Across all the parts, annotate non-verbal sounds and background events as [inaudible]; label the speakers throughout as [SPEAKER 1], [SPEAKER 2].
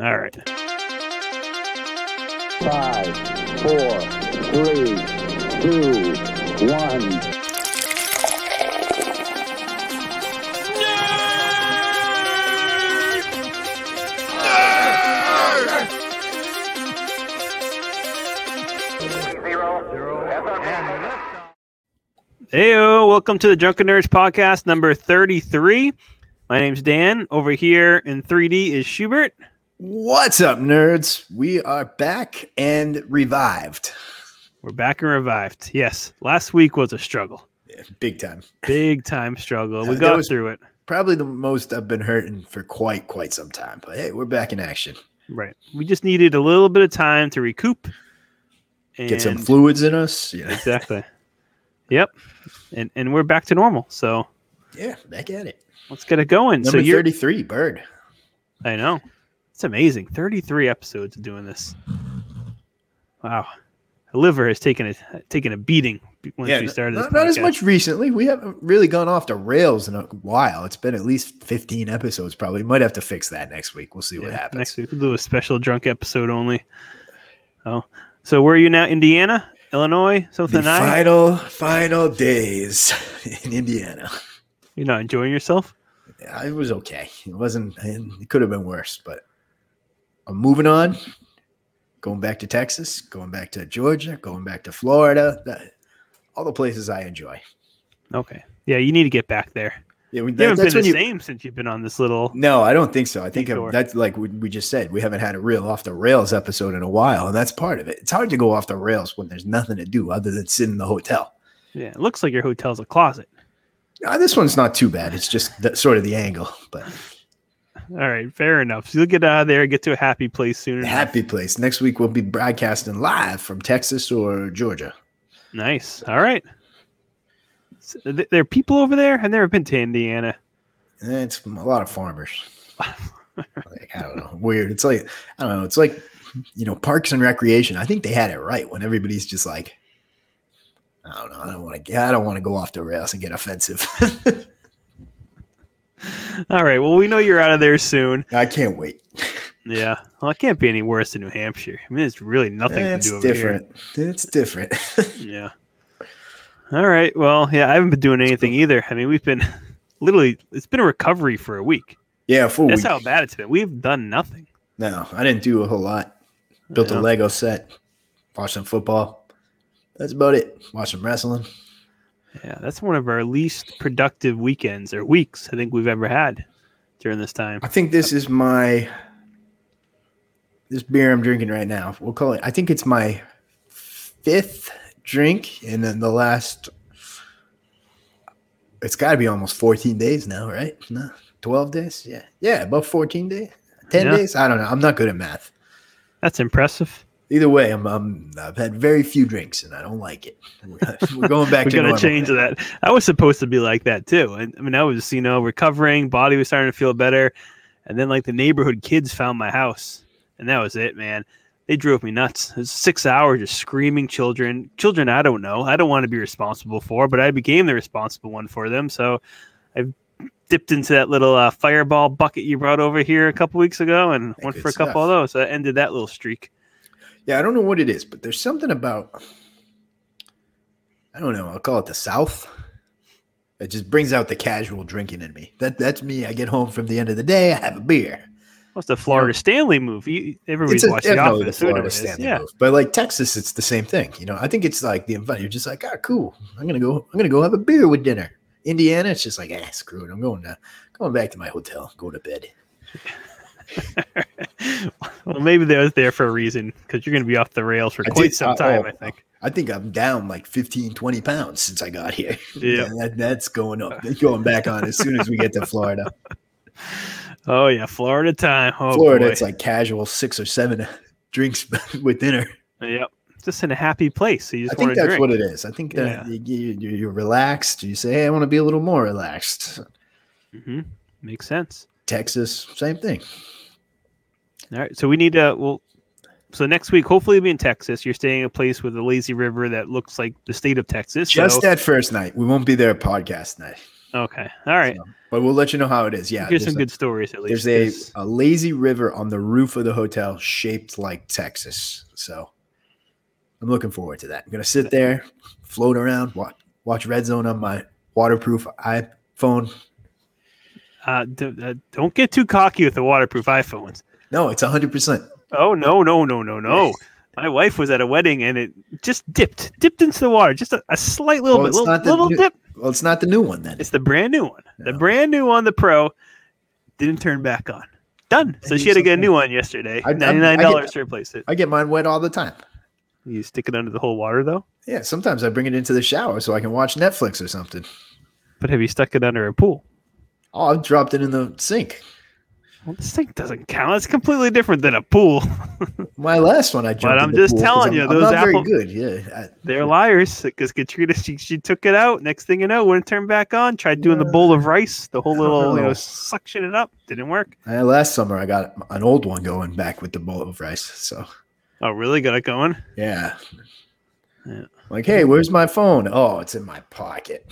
[SPEAKER 1] All right.
[SPEAKER 2] Five, four, three, two, one.
[SPEAKER 1] Heyo, welcome to the Drunken Nerds podcast number 33. My name's Dan. Over here in 3D is Schubert.
[SPEAKER 3] What's up, nerds? We are back and revived.
[SPEAKER 1] We're back and revived. Yes, last week was a struggle.
[SPEAKER 3] Big time.
[SPEAKER 1] Big time struggle. We
[SPEAKER 3] That
[SPEAKER 1] got
[SPEAKER 3] was-
[SPEAKER 1] through it.
[SPEAKER 3] Probably the most I've been hurting for quite, quite some time. But hey, we're back in action.
[SPEAKER 1] Right. We just needed a little bit of time to recoup. And
[SPEAKER 3] Get some fluids in us. Yeah.
[SPEAKER 1] Exactly. yep. And and we're back to normal. So
[SPEAKER 3] [laughs] Yeah, back at it.
[SPEAKER 1] let's get it going. so
[SPEAKER 3] Number
[SPEAKER 1] you're
[SPEAKER 3] 33, Bird.
[SPEAKER 1] I know. It's amazing. 33 episodes of doing this. Wow. The liver has taken a taken a beating b- once we
[SPEAKER 3] n-
[SPEAKER 1] started this
[SPEAKER 3] not, not as
[SPEAKER 1] podcast.
[SPEAKER 3] much recently. We haven't really gone off the rails in a while. It's been at least 15 episodes, probably. Might have to fix that next week. We'll see what
[SPEAKER 1] Yeah,
[SPEAKER 3] happens.
[SPEAKER 1] Next week we'll do a special drunk episode only. Oh. So where are you now? Indiana? Illinois?
[SPEAKER 3] The
[SPEAKER 1] Something I
[SPEAKER 3] final, final days in Indiana.
[SPEAKER 1] you're not enjoying yourself?
[SPEAKER 3] I was okay. It wasn't. It could have been worse, but I'm moving on. Going back to Texas, going back to Georgia, going back to Florida, that, all the places I enjoy.
[SPEAKER 1] Okay. Yeah, you need to get back there.
[SPEAKER 3] Yeah, we,
[SPEAKER 1] You haven't
[SPEAKER 3] that's
[SPEAKER 1] been
[SPEAKER 3] when
[SPEAKER 1] the
[SPEAKER 3] you.
[SPEAKER 1] same since you've been on this little
[SPEAKER 3] No, I don't think so. I think
[SPEAKER 1] Detour.
[SPEAKER 3] I'm, that's like we, we just said. We haven't had a real off the rails episode in a while, and that's part of it. It's hard to go off the rails when there's nothing to do other than sit in the hotel.
[SPEAKER 1] Yeah, it looks like your hotel's a closet.
[SPEAKER 3] Now, this one's not too bad. It's just the, sort of the angle, but
[SPEAKER 1] All right, fair enough. So you'll get out of there, get to a happy place soon. enough.
[SPEAKER 3] happy place. Next week we'll be broadcasting live from Texas or Georgia.
[SPEAKER 1] Nice. All right. So th- there are people over there. I've never been to Indiana.
[SPEAKER 3] Eh, It's a lot of
[SPEAKER 1] [laughs]
[SPEAKER 3] farmers. like, I don't know. Weird. It's like I don't know. It's like you know, parks and recreation. I think they had it right when everybody's just like, I don't know. I don't want to. I don't want to go off the rails and get offensive. [laughs]
[SPEAKER 1] All right. Well, we know you're out of there soon.
[SPEAKER 3] I can't wait.
[SPEAKER 1] Yeah. Well, it can't be any worse than New Hampshire. I mean, there's really nothing
[SPEAKER 3] Eh,
[SPEAKER 1] to
[SPEAKER 3] It's
[SPEAKER 1] do over
[SPEAKER 3] different. It's different. [laughs]
[SPEAKER 1] here. Yeah. All right. Well, yeah, I haven't been doing anything either. I mean, we've been [laughs] literally, it's been a recovery for a week.
[SPEAKER 3] yeah, for
[SPEAKER 1] That's
[SPEAKER 3] week.
[SPEAKER 1] how bad it's been. We've done nothing.
[SPEAKER 3] no, I didn't do a whole lot. Built
[SPEAKER 1] Yeah.
[SPEAKER 3] a Lego set. Watched some football. That's about it. Watched some wrestling.
[SPEAKER 1] Yeah. That's one of our least productive weekends or weeks I think we've ever had during this time.
[SPEAKER 3] I think this is my this beer I'm drinking right now. We'll call it. I think it's my fifth drink, and then the last. It's got to be almost 14 days now, right? No, 12 days. Yeah, yeah, about 14 days, 10
[SPEAKER 1] Yeah.
[SPEAKER 3] days. I don't know. I'm not good at math.
[SPEAKER 1] That's impressive.
[SPEAKER 3] Either way, I'm, I'm I've had very few drinks, and I don't like it. [laughs] We're, we're going back
[SPEAKER 1] we
[SPEAKER 3] to
[SPEAKER 1] gotta
[SPEAKER 3] normal.
[SPEAKER 1] change that. I was supposed to be like that too. And I mean, I was, you know, recovering, body was starting to feel better. And then like the neighborhood kids found my house. And that was it, man. They drove me nuts. It was six hours of screaming children. Children I don't know. I don't want to be responsible for, but I became the responsible one for them. So I've dipped into that little uh, fireball bucket you brought over here a couple weeks ago and
[SPEAKER 3] Hey,
[SPEAKER 1] went for
[SPEAKER 3] good
[SPEAKER 1] a couple
[SPEAKER 3] stuff.
[SPEAKER 1] of those. So that ended that little streak.
[SPEAKER 3] Yeah, I don't know what it is, but there's something about I don't know, I'll call it the South. It just brings out the casual drinking in me. That that's me. I get home from the end of the day, I have a beer.
[SPEAKER 1] What's the Florida Stanley move? You, everybody's
[SPEAKER 3] a-
[SPEAKER 1] watched The
[SPEAKER 3] definitely
[SPEAKER 1] Office. Who
[SPEAKER 3] Florida
[SPEAKER 1] knows?
[SPEAKER 3] Stanley
[SPEAKER 1] yeah.
[SPEAKER 3] move. But like Texas, it's the same thing. You know, I think it's like the invite. You're just like, ah, cool. I'm gonna go, I'm gonna go have a beer with dinner. Indiana, it's just like, ah, screw it. I'm going to going back to my hotel, go to bed.
[SPEAKER 1] well, maybe that was there for a reason because you're going to be off the rails for
[SPEAKER 3] I
[SPEAKER 1] quite
[SPEAKER 3] did-
[SPEAKER 1] some
[SPEAKER 3] uh,
[SPEAKER 1] time,
[SPEAKER 3] oh.
[SPEAKER 1] I think.
[SPEAKER 3] I think I'm down like 15, 20 pounds since I got here. [laughs]
[SPEAKER 1] Yeah.
[SPEAKER 3] That- that's going up. That's going back on as soon as we get to Florida.
[SPEAKER 1] Oh yeah, Florida time. [laughs] Oh,
[SPEAKER 3] Florida,
[SPEAKER 1] boy.
[SPEAKER 3] it's like casual six or seven [laughs] drinks with dinner.
[SPEAKER 1] yep, just in a happy place. So you
[SPEAKER 3] I
[SPEAKER 1] just
[SPEAKER 3] think
[SPEAKER 1] want to
[SPEAKER 3] that's
[SPEAKER 1] drink.
[SPEAKER 3] what it is. I think that you, you, you're relaxed. You say, hey, I want to be a little more relaxed.
[SPEAKER 1] hmm Makes sense.
[SPEAKER 3] Texas, same thing.
[SPEAKER 1] All right, so we need to. Well, so next week, hopefully, we'll be in Texas. You're staying in a place with a lazy river that looks like the state of Texas.
[SPEAKER 3] Just
[SPEAKER 1] so,
[SPEAKER 3] that first night. We won't be there podcast night.
[SPEAKER 1] Okay. All right.
[SPEAKER 3] So, but we'll let you know how it is. Yeah.
[SPEAKER 1] Here's
[SPEAKER 3] there's
[SPEAKER 1] some
[SPEAKER 3] a-
[SPEAKER 1] good stories at least.
[SPEAKER 3] There's a,
[SPEAKER 1] 'cause-
[SPEAKER 3] a lazy river on the roof of the hotel shaped like Texas. So I'm looking forward to that. I'm going to sit there, float around, watch, watch Red Zone on my waterproof iPhone.
[SPEAKER 1] uh, d- uh, don't get too cocky with the waterproof iPhones.
[SPEAKER 3] No, it's 100%.
[SPEAKER 1] Oh no, no, no, no, no. My wife was at a wedding and it just dipped, dipped into the water, just a, a slight little
[SPEAKER 3] Well,
[SPEAKER 1] bit,
[SPEAKER 3] it's
[SPEAKER 1] little,
[SPEAKER 3] not the
[SPEAKER 1] little
[SPEAKER 3] new-
[SPEAKER 1] dip.
[SPEAKER 3] Well, it's not the new one then.
[SPEAKER 1] It's the brand new one. The
[SPEAKER 3] Yeah.
[SPEAKER 1] brand new one, the Pro, didn't turn back on. Done. So
[SPEAKER 3] Maybe
[SPEAKER 1] she had to get a
[SPEAKER 3] something-
[SPEAKER 1] new one yesterday.
[SPEAKER 3] I- I- I
[SPEAKER 1] Ninety nine dollars to replace it.
[SPEAKER 3] I get mine wet all the time.
[SPEAKER 1] You stick it under the whole water though.
[SPEAKER 3] Yeah, sometimes I bring it into the shower so I can watch Netflix or something.
[SPEAKER 1] But have you stuck it under a pool?
[SPEAKER 3] Oh, I've dropped it in the sink.
[SPEAKER 1] Well, this thing doesn't count. It's completely different than a pool. [laughs]
[SPEAKER 3] My last one I jumped.
[SPEAKER 1] But I'm
[SPEAKER 3] in the
[SPEAKER 1] just
[SPEAKER 3] pool 'cause
[SPEAKER 1] telling
[SPEAKER 3] I'm-
[SPEAKER 1] you,
[SPEAKER 3] I'm
[SPEAKER 1] those
[SPEAKER 3] not
[SPEAKER 1] Apple-
[SPEAKER 3] very good. Yeah, I-
[SPEAKER 1] They're liars because Katrina she, she took it out. Next thing you know, wouldn't turn back on. Tried doing the
[SPEAKER 3] Yeah.
[SPEAKER 1] bowl of rice, the whole
[SPEAKER 3] I don't
[SPEAKER 1] little you know
[SPEAKER 3] know.
[SPEAKER 1] suction it up. Didn't work.
[SPEAKER 3] I, last summer I got an old one going back with the bowl of rice. So
[SPEAKER 1] Oh, really? Got it going.
[SPEAKER 3] yeah,
[SPEAKER 1] Yeah.
[SPEAKER 3] like hey, where's my phone? Oh, it's in my pocket.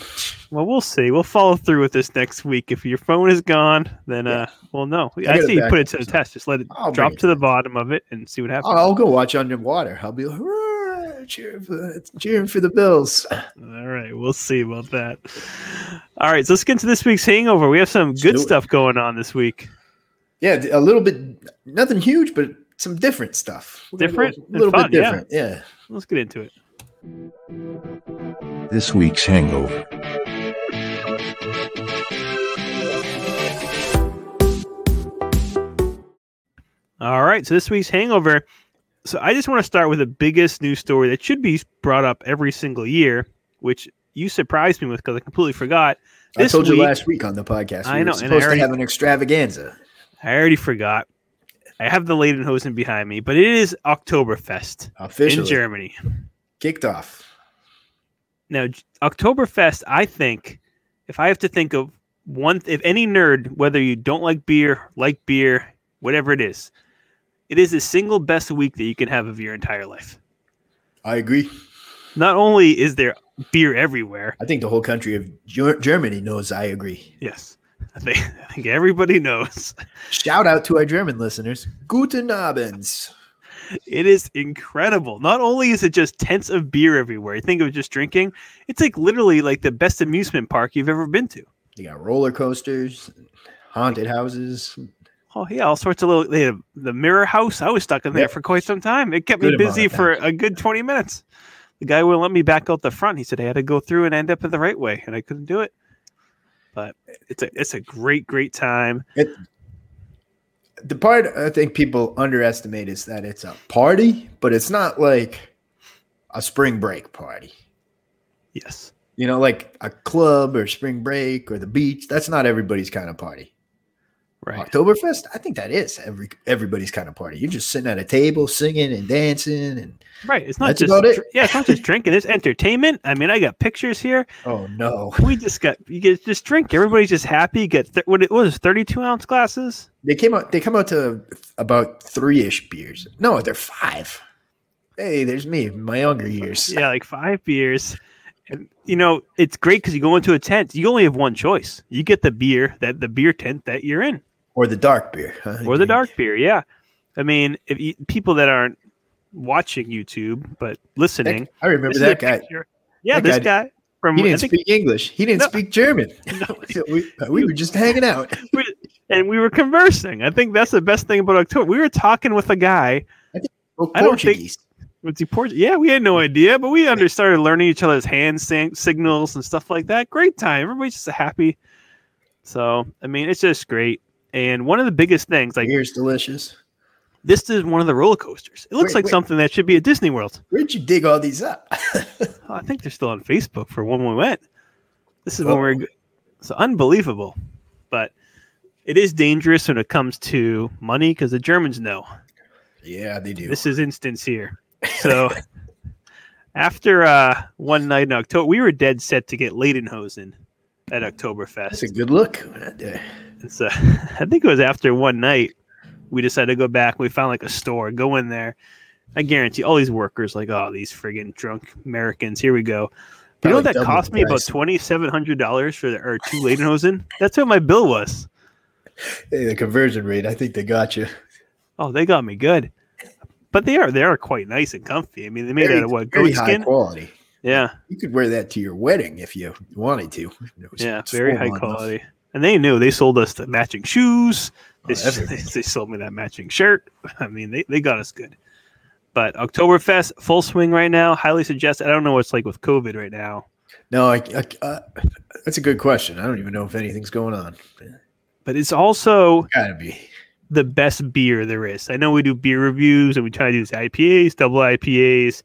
[SPEAKER 1] Well, we'll see. We'll follow through with this next week. If your phone is gone, then uh, well, no. I,
[SPEAKER 3] get it
[SPEAKER 1] see you
[SPEAKER 3] back
[SPEAKER 1] put it to the
[SPEAKER 3] up, so
[SPEAKER 1] test. Just let it
[SPEAKER 3] I'll
[SPEAKER 1] drop
[SPEAKER 3] bring it
[SPEAKER 1] to the
[SPEAKER 3] back.
[SPEAKER 1] bottom of it and see what happens.
[SPEAKER 3] I'll, I'll go watch underwater. I'll be like, "Hurrah, cheering for the, cheering for the Bills.
[SPEAKER 1] All right, we'll see about that. All right, so let's get into this week's hangover. We have some good
[SPEAKER 3] do it.
[SPEAKER 1] stuff going on this week.
[SPEAKER 3] Yeah, a little bit, nothing huge, but some different stuff. We're gonna go
[SPEAKER 1] Different
[SPEAKER 3] a little
[SPEAKER 1] and
[SPEAKER 3] bit
[SPEAKER 1] fun, yeah.
[SPEAKER 3] different. yeah.
[SPEAKER 1] Let's get into it.
[SPEAKER 4] This week's hangover.
[SPEAKER 1] All right, so this week's hangover. So I just want to start with the biggest news story that should be brought up every single year, which you surprised me with because I completely forgot.
[SPEAKER 3] I
[SPEAKER 1] This
[SPEAKER 3] told
[SPEAKER 1] week-
[SPEAKER 3] you last week on the podcast.
[SPEAKER 1] I
[SPEAKER 3] we
[SPEAKER 1] know,
[SPEAKER 3] were
[SPEAKER 1] and I
[SPEAKER 3] supposed
[SPEAKER 1] already-
[SPEAKER 3] to have an extravaganza.
[SPEAKER 1] I already forgot. I have the Leidenhosen behind me, but it is Oktoberfest in
[SPEAKER 3] Officially
[SPEAKER 1] Germany.
[SPEAKER 3] kicked off.
[SPEAKER 1] Now, J- Oktoberfest, I think, if I have to think of one, if any nerd, whether you don't like beer, like beer, whatever it is, it is the single best week that you can have of your entire life.
[SPEAKER 3] I agree.
[SPEAKER 1] Not only is there beer everywhere,
[SPEAKER 3] I think the whole country of Ger- Germany knows I agree.
[SPEAKER 1] yes, I think, [laughs] I think everybody knows
[SPEAKER 3] Shout out to our German listeners. Guten Abends.
[SPEAKER 1] it is incredible. Not only is it just tents of beer everywhere, you think of just drinking, it's like literally like the best amusement park you've ever been to.
[SPEAKER 3] They got roller coasters, haunted houses.
[SPEAKER 1] Oh yeah, all sorts of little. They had the mirror house. I was stuck in there
[SPEAKER 3] Yeah.
[SPEAKER 1] for quite some time. It kept me
[SPEAKER 3] Good amount
[SPEAKER 1] busy
[SPEAKER 3] of time.
[SPEAKER 1] for a good twenty minutes. The guy wouldn't let me back out the front. He said I had to go through and end up in the right way, and I couldn't do it. But it's a it's a great great time.
[SPEAKER 3] The part I think people underestimate is that it's a party, but it's not like a spring break party.
[SPEAKER 1] Yes,
[SPEAKER 3] You know, like a club or spring break or the beach. That's not everybody's kind of party.
[SPEAKER 1] right.
[SPEAKER 3] Oktoberfest, I think that is every everybody's kind of party. You're just sitting at a table singing and dancing and
[SPEAKER 1] Right. It's not
[SPEAKER 3] That's
[SPEAKER 1] just
[SPEAKER 3] about it.
[SPEAKER 1] dr- yeah. It's not just drinking. It's entertainment. I mean, I got pictures here.
[SPEAKER 3] oh no.
[SPEAKER 1] We just got you get just drink. Everybody's just happy. You get th- what it was thirty two ounce glasses.
[SPEAKER 3] They came out they come out to about three-ish beers. No, they're five. Hey, there's me, my younger years.
[SPEAKER 1] Yeah, like five beers. And you know, it's great because you go into a tent. You only have one choice. You get the beer that the beer tent that you're in,
[SPEAKER 3] Or the dark beer. huh?
[SPEAKER 1] or the dark beer. Yeah, I mean, if you, people that aren't watching YouTube but
[SPEAKER 3] That-
[SPEAKER 1] listening,
[SPEAKER 3] I remember
[SPEAKER 1] this is a
[SPEAKER 3] that guy.
[SPEAKER 1] picture- Yeah,
[SPEAKER 3] that
[SPEAKER 1] this
[SPEAKER 3] guy-
[SPEAKER 1] guy from
[SPEAKER 3] He
[SPEAKER 1] I
[SPEAKER 3] didn't
[SPEAKER 1] think,
[SPEAKER 3] speak English. He
[SPEAKER 1] [laughs]
[SPEAKER 3] didn't
[SPEAKER 1] No.
[SPEAKER 3] speak German. [laughs] we, we were just
[SPEAKER 1] [laughs]
[SPEAKER 3] hanging out.
[SPEAKER 1] and we were conversing. I think that's the best thing about October. We were talking with a guy.
[SPEAKER 3] Spoke
[SPEAKER 1] I don't think-
[SPEAKER 3] Portuguese.
[SPEAKER 1] Was he Portuguese? Yeah, we had no idea, but we under started learning each other's hand sing- signals and stuff like that. Great time. Everybody's just happy. So, I mean, it's just great. And one of the biggest things, like
[SPEAKER 3] Beer's delicious.
[SPEAKER 1] this is one of the roller coasters. It looks
[SPEAKER 3] Wait,
[SPEAKER 1] like
[SPEAKER 3] wait.
[SPEAKER 1] something that should be at Disney World.
[SPEAKER 3] Where'd you dig all these up? [laughs]
[SPEAKER 1] Oh, I think they're still on Facebook for when we went. This is when
[SPEAKER 3] Oh.
[SPEAKER 1] we're go- so unbelievable, but it is dangerous when it comes to money because the Germans know.
[SPEAKER 3] yeah, they do.
[SPEAKER 1] this is instance here. So [laughs] after uh, one night in October, we were dead set to get Leidenhosen at
[SPEAKER 3] Mm. That's a
[SPEAKER 1] Oktoberfest.
[SPEAKER 3] good look. right there.
[SPEAKER 1] And so [laughs] I think it was after one night we decided to go back. We found like a store, go in there. I guarantee all these workers like, oh, these friggin' drunk Americans. Here we go. You know what
[SPEAKER 3] Probably
[SPEAKER 1] that
[SPEAKER 3] double
[SPEAKER 1] cost
[SPEAKER 3] the
[SPEAKER 1] me about
[SPEAKER 3] price.
[SPEAKER 1] twenty seven hundred dollars for the or two Lederhosen? That's what my bill was.
[SPEAKER 3] Hey, the conversion rate. I think they got you.
[SPEAKER 1] Oh, they got me good. But they are they are quite nice and comfy. I mean, they made
[SPEAKER 3] Very-
[SPEAKER 1] out of what
[SPEAKER 3] very
[SPEAKER 1] goat
[SPEAKER 3] high
[SPEAKER 1] skin.
[SPEAKER 3] quality.
[SPEAKER 1] Yeah,
[SPEAKER 3] You could wear that to your wedding if you wanted to. It was
[SPEAKER 1] yeah, very high
[SPEAKER 3] formal enough.
[SPEAKER 1] quality. And they knew they sold us the matching shoes.
[SPEAKER 3] Oh,
[SPEAKER 1] They, [laughs] they,
[SPEAKER 3] everything.
[SPEAKER 1] sold me that matching shirt. I mean, they, they got us good. But Oktoberfest, full swing right now. Highly suggest. I don't know what it's like with COVID right now,
[SPEAKER 3] [laughs] No, I, I, uh, that's a good question. I don't even know if anything's going on.
[SPEAKER 1] but it's also
[SPEAKER 3] Gotta be.
[SPEAKER 1] the best beer there is. I know we do beer reviews and we try to do these IPAs, double IPAs,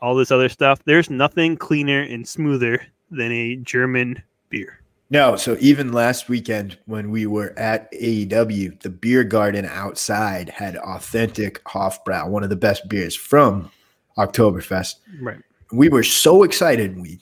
[SPEAKER 1] all this other stuff. There's nothing cleaner and smoother than a German beer.
[SPEAKER 3] No, so even last weekend when we were at AEW, the beer garden outside had authentic Hofbrau, one of the best beers from Oktoberfest.
[SPEAKER 1] Right.
[SPEAKER 3] We were so excited we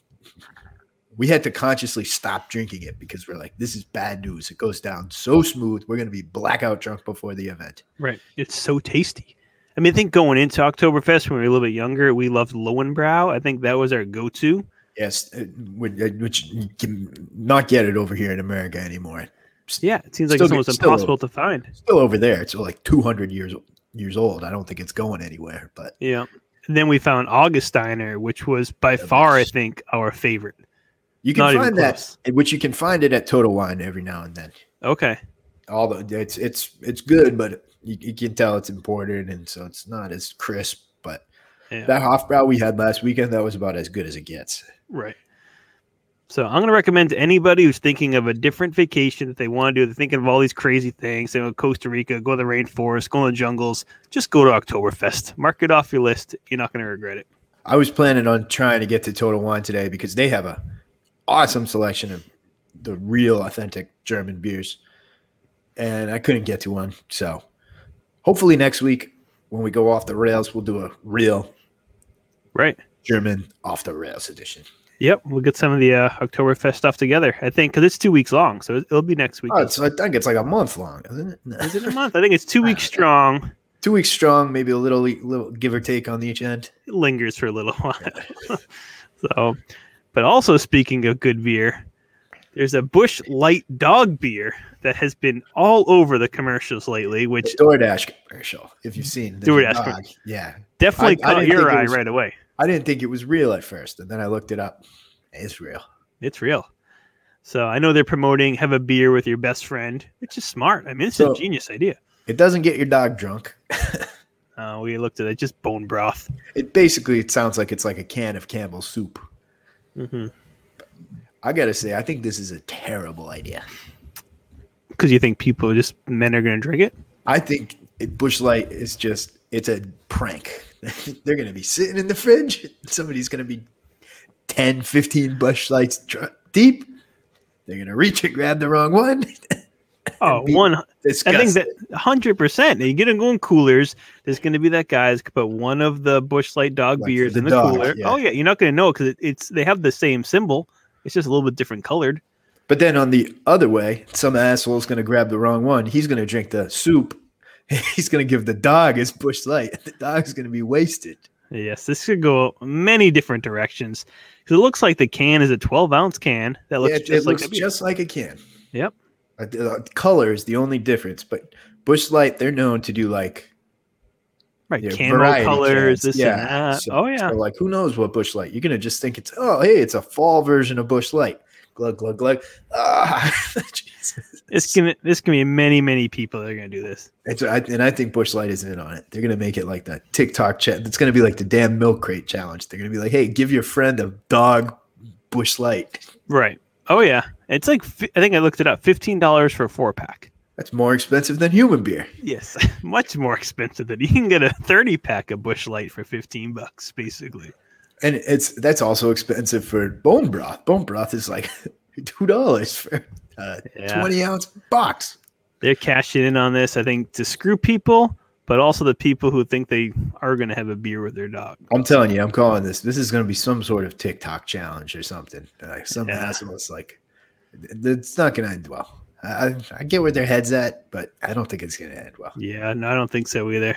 [SPEAKER 3] we had to consciously stop drinking it because we're like, this is bad news. It goes down so smooth. We're gonna be blackout drunk before the event.
[SPEAKER 1] Right. It's so tasty. I mean, I think going into Oktoberfest when we were a little bit younger, we loved Lowenbrow. I think that was our go to.
[SPEAKER 3] Yes, uh, which uh, which you can not get it over here in America anymore.
[SPEAKER 1] Yeah. It seems like
[SPEAKER 3] Still
[SPEAKER 1] it's
[SPEAKER 3] good-
[SPEAKER 1] almost
[SPEAKER 3] still-
[SPEAKER 1] impossible to find.
[SPEAKER 3] Still over there, it's like two hundred years years old. I don't think it's going anywhere, but
[SPEAKER 1] Yeah. And then we found Augustiner, which was by
[SPEAKER 3] That
[SPEAKER 1] far, I
[SPEAKER 3] was-
[SPEAKER 1] think, our favorite.
[SPEAKER 3] you can
[SPEAKER 1] Not even
[SPEAKER 3] find that
[SPEAKER 1] close.
[SPEAKER 3] and which you can find it at Total Wine every now and then.
[SPEAKER 1] Okay.
[SPEAKER 3] Although it's it's it's good, but you, you can tell it's imported, and so it's not as crisp. But
[SPEAKER 1] Yeah.
[SPEAKER 3] that Hofbrau we had last weekend, that was about as good as it gets.
[SPEAKER 1] Right. So I'm going to recommend to anybody who's thinking of a different vacation that they want to do. They're thinking of all these crazy things. They go to Costa Rica, go to the rainforest, go in the jungles. Just go to Oktoberfest. Mark it off your list. You're not going to regret it.
[SPEAKER 3] I was planning on trying to get to Total Wine today because they have a awesome selection of the real authentic German beers, and I couldn't get to one. So hopefully next week when we go off the rails, we'll do a real
[SPEAKER 1] Right.
[SPEAKER 3] German off the rails edition.
[SPEAKER 1] Yep. We'll get some of the uh, Oktoberfest stuff together, I think, because it's two weeks long. So it'll be next week.
[SPEAKER 3] Oh, it's, I think it's like a month long, isn't it? No.
[SPEAKER 1] Is
[SPEAKER 3] [laughs]
[SPEAKER 1] it a month? I think it's two weeks strong.
[SPEAKER 3] two weeks strong, maybe a little, little give or take on each end.
[SPEAKER 1] It lingers for a little [laughs] while.
[SPEAKER 3] [laughs]
[SPEAKER 1] so, but also speaking of good beer, there's a Bush Light Dog beer that has been all over the commercials lately,
[SPEAKER 3] The
[SPEAKER 1] which
[SPEAKER 3] DoorDash commercial, if you've seen the
[SPEAKER 1] DoorDash
[SPEAKER 3] dog.
[SPEAKER 1] commercial.
[SPEAKER 3] Yeah,
[SPEAKER 1] definitely
[SPEAKER 3] I- I
[SPEAKER 1] caught
[SPEAKER 3] didn't
[SPEAKER 1] your
[SPEAKER 3] think it
[SPEAKER 1] eye
[SPEAKER 3] was-
[SPEAKER 1] right away.
[SPEAKER 3] I didn't think it was real at first, and then I looked it up. It's real.
[SPEAKER 1] It's real. So I know they're promoting have a beer with your best friend, which is smart. I mean, it's
[SPEAKER 3] So-
[SPEAKER 1] a genius idea.
[SPEAKER 3] It doesn't get your dog drunk.
[SPEAKER 1] Uh, we looked at it, just bone broth.
[SPEAKER 3] It basically it sounds like it's like a can of Campbell's soup.
[SPEAKER 1] Mm-hmm.
[SPEAKER 3] I gotta say, I think this is a terrible idea.
[SPEAKER 1] Because you think people, just men, are going to
[SPEAKER 3] [laughs]
[SPEAKER 1] drink it.
[SPEAKER 3] I think it, Bush Light is just it's a prank. [laughs] They're gonna be sitting in the fridge. Somebody's gonna be 10, 15 Bush Lights dr- deep. They're gonna reach and grab the wrong one. [laughs]
[SPEAKER 1] Oh,
[SPEAKER 3] be
[SPEAKER 1] one. I
[SPEAKER 3] Disgusting.
[SPEAKER 1] think that hundred percent. You get them going coolers. There's going to be that guy that's gonna put one of the Bush Light dog
[SPEAKER 3] Like
[SPEAKER 1] beers
[SPEAKER 3] the
[SPEAKER 1] in the
[SPEAKER 3] dog,
[SPEAKER 1] cooler.
[SPEAKER 3] yeah.
[SPEAKER 1] Oh yeah, you're not going to know because it, it's they have the same symbol. It's just a little bit different colored.
[SPEAKER 3] But then on the other way, some asshole's gonna grab the wrong one. He's gonna drink the soup. [laughs] He's gonna give the dog his bush light. [laughs] The dog's gonna be wasted.
[SPEAKER 1] Yes, this could go many different directions. 'Cause it looks like the can is a 12 ounce can that looks
[SPEAKER 3] Yeah, it,
[SPEAKER 1] just
[SPEAKER 3] it
[SPEAKER 1] like
[SPEAKER 3] looks
[SPEAKER 1] the beer.
[SPEAKER 3] just like a can.
[SPEAKER 1] Yep.
[SPEAKER 3] Uh, The the color is the only difference, but Bush Light, they're known to do like
[SPEAKER 1] right.
[SPEAKER 3] you know,
[SPEAKER 1] Camo
[SPEAKER 3] variety
[SPEAKER 1] colors,
[SPEAKER 3] cans.
[SPEAKER 1] this and that.
[SPEAKER 3] So-
[SPEAKER 1] oh yeah,
[SPEAKER 3] so, like who knows what Bush Light? You're gonna just think it's oh hey, it's a fall version of Bush Light. Glug glug glug. Ah, [laughs] Jesus.
[SPEAKER 1] it's gonna this can be many many people that are going to do this.
[SPEAKER 3] It's, I, and I think Bush Light is in on it. They're gonna make it like that TikTok chat. It's gonna be like the damn milk crate challenge. They're gonna be like, hey, give your friend a dog Bush Light.
[SPEAKER 1] Right. Oh yeah, it's like fi- I think I looked it up. Fifteen dollars for a four pack.
[SPEAKER 3] That's more expensive than human beer.
[SPEAKER 1] Yes, [laughs] much more expensive than you can get a 30 pack of Bush Light for 15 bucks, basically.
[SPEAKER 3] And it's that's also expensive for bone broth. Bone broth is like [laughs] two dollars for a
[SPEAKER 1] Yeah.
[SPEAKER 3] twenty ounce box.
[SPEAKER 1] They're cashing in on this, I think, to screw people, but also the people who think they are going to have a beer with their dog.
[SPEAKER 3] I'm telling you, I'm calling this. This is going to be some sort of TikTok challenge or something. Like some
[SPEAKER 1] Yeah.
[SPEAKER 3] asshole's like, it's not going to end well. I, I- I get where their head's at, but I don't think it's going to end well.
[SPEAKER 1] Yeah, no, I don't think so either.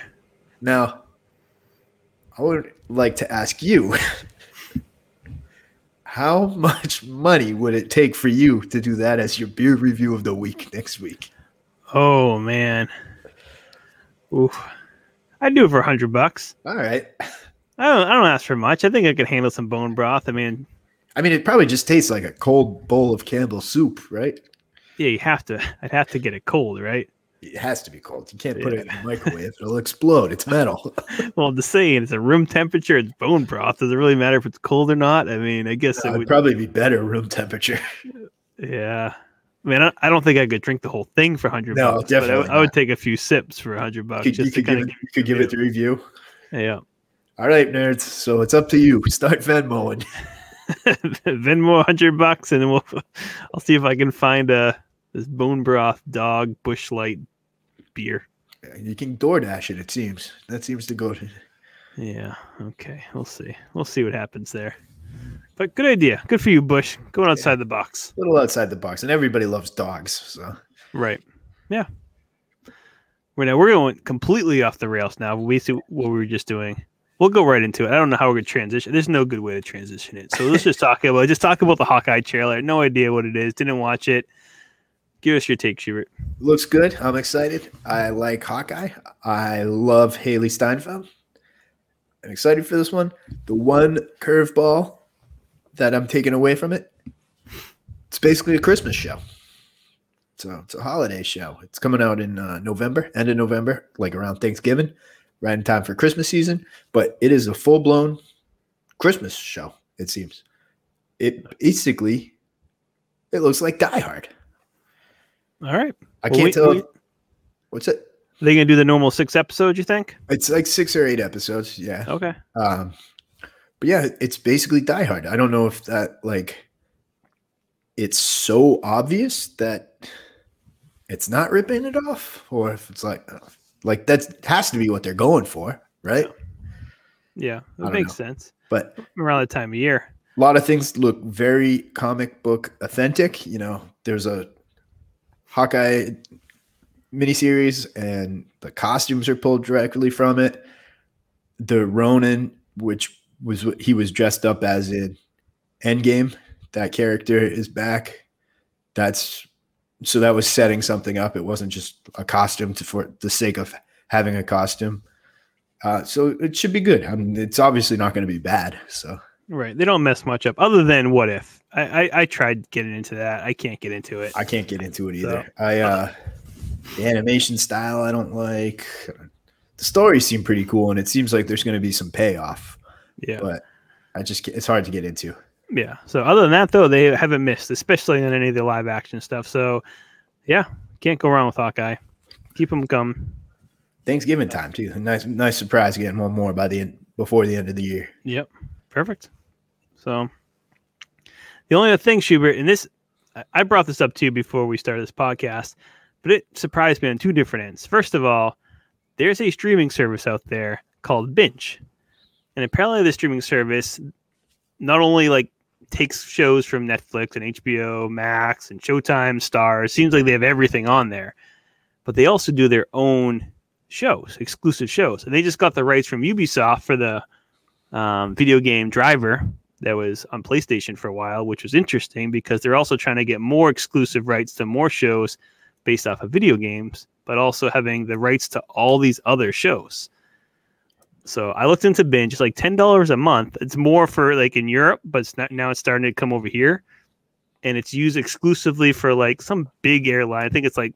[SPEAKER 3] Now, I would like to ask you [laughs] How much money would it take for you to do that as your beer review of the week next week?
[SPEAKER 1] Oh man. Oof. I'd do it for a hundred bucks.
[SPEAKER 3] All right.
[SPEAKER 1] I don't I don't ask for much. I think I could handle some bone broth. I mean,
[SPEAKER 3] I mean, it probably just tastes like a cold bowl of Campbell's soup, right?
[SPEAKER 1] yeah, you have to I'd have to get it cold, right?
[SPEAKER 3] It has to be cold. You can't put it in the microwave; it'll explode. It's metal.
[SPEAKER 1] Well the saying it's a room temperature, it's bone broth. Does it really matter if it's cold or not? I mean, I guess it
[SPEAKER 3] It'd
[SPEAKER 1] would
[SPEAKER 3] probably be better
[SPEAKER 1] [laughs]
[SPEAKER 3] room temperature.
[SPEAKER 1] Yeah. I mean, I I don't think I could drink the whole thing for hundred.
[SPEAKER 3] No,
[SPEAKER 1] bucks, but I would-
[SPEAKER 3] definitely
[SPEAKER 1] I, would
[SPEAKER 3] not.
[SPEAKER 1] take a few sips for hundred bucks.
[SPEAKER 3] You could,
[SPEAKER 1] Uh, just
[SPEAKER 3] you
[SPEAKER 1] to
[SPEAKER 3] could give,
[SPEAKER 1] kinda
[SPEAKER 3] it, you could give it the review.
[SPEAKER 1] give- yeah.
[SPEAKER 3] All right, nerds. So it's up to you. [laughs] Start Venmoing.
[SPEAKER 1] [laughs] Venmo a hundred bucks, and then we'll [laughs] I'll see if I can find a this bone broth dog bush light beer.
[SPEAKER 3] [laughs] You can DoorDash it. It seems that seems to go to.
[SPEAKER 1] Yeah. Okay. We'll see. We'll see what happens there. But good idea. Good for you, Bush. Going outside the box.
[SPEAKER 3] a little outside the box, and everybody loves dogs. So
[SPEAKER 1] Right. Yeah. We're now we're going completely off the rails now. We see what we were just doing. We'll go right into it. I don't know how we're gonna transition. There's no good way to transition it. So [laughs] let's just talk about just talk about the Hawkeye trailer. No idea what it is. Didn't watch it. Give us your take, Schubert.
[SPEAKER 3] looks good. I'm excited. I like Hawkeye. I love Haley Steinfeld. I'm excited for this one. The one curveball that I'm taking away from it, it's basically a Christmas show. So it's a holiday show. It's coming out in uh, November, end of November, like around Thanksgiving, right in time for Christmas season. But it is a full blown Christmas show. It seems. It basically, it looks like Die Hard.
[SPEAKER 1] All right.
[SPEAKER 3] I
[SPEAKER 1] Well,
[SPEAKER 3] can't
[SPEAKER 1] we-
[SPEAKER 3] tell.
[SPEAKER 1] we-
[SPEAKER 3] if- what's it?
[SPEAKER 1] Are they gonna do the normal six episodes? You think?
[SPEAKER 3] It's like six or eight episodes. Yeah.
[SPEAKER 1] Okay.
[SPEAKER 3] Um, but yeah, it's basically Die Hard. I don't know if that like it's so obvious that it's not ripping it off, or if it's like uh, like that has to be what they're going for, right?
[SPEAKER 1] Yeah,
[SPEAKER 3] I
[SPEAKER 1] that
[SPEAKER 3] don't
[SPEAKER 1] makes sense.
[SPEAKER 3] But
[SPEAKER 1] Around the time of year.
[SPEAKER 3] a lot of things look very comic book authentic. You know, there's a Hawkeye miniseries, and the costumes are pulled directly from it. The Ronin, which was what he was dressed up as in Endgame, that character is back. That's so that was setting something up. It wasn't just a costume to, for the sake of having a costume. Uh, so it should be good. I mean, it's obviously not going to be bad. So.
[SPEAKER 1] Right. They don't mess much up other than what if. I, I, I tried getting into that. I can't get into it.
[SPEAKER 3] I can't get into it either. I uh the animation style I don't like. The stories seem pretty cool and it seems like there's going to be some payoff,
[SPEAKER 1] yeah.
[SPEAKER 3] but I just ca- it's hard to get into.
[SPEAKER 1] Yeah. So other than that though, they haven't missed, especially on any of the live action stuff. So yeah, can't go wrong with Hawkeye. Keep them coming.
[SPEAKER 3] Thanksgiving time too. Nice nice surprise getting one more by the end before the end of the year.
[SPEAKER 1] Yep. Perfect. So the only other thing, Schubert, and this I- I brought this up to you before we started this podcast, but it surprised me on two different ends. First of all, there's a streaming service out there called Binge. And apparently the streaming service not only like takes shows from Netflix and HBO Max and Showtime, Stars, seems like they have everything on there. But they also do their own shows, exclusive shows. And they just got the rights from Ubisoft for the um, video game driver that was on PlayStation for a while, which was interesting because they're also trying to get more exclusive rights to more shows based off of video games, but also having the rights to all these other shows. So I looked into binge. It's like ten dollars a month. It's more for like in Europe, but it's not now. It's starting to come over here, and it's used exclusively for like some big airline. I think it's like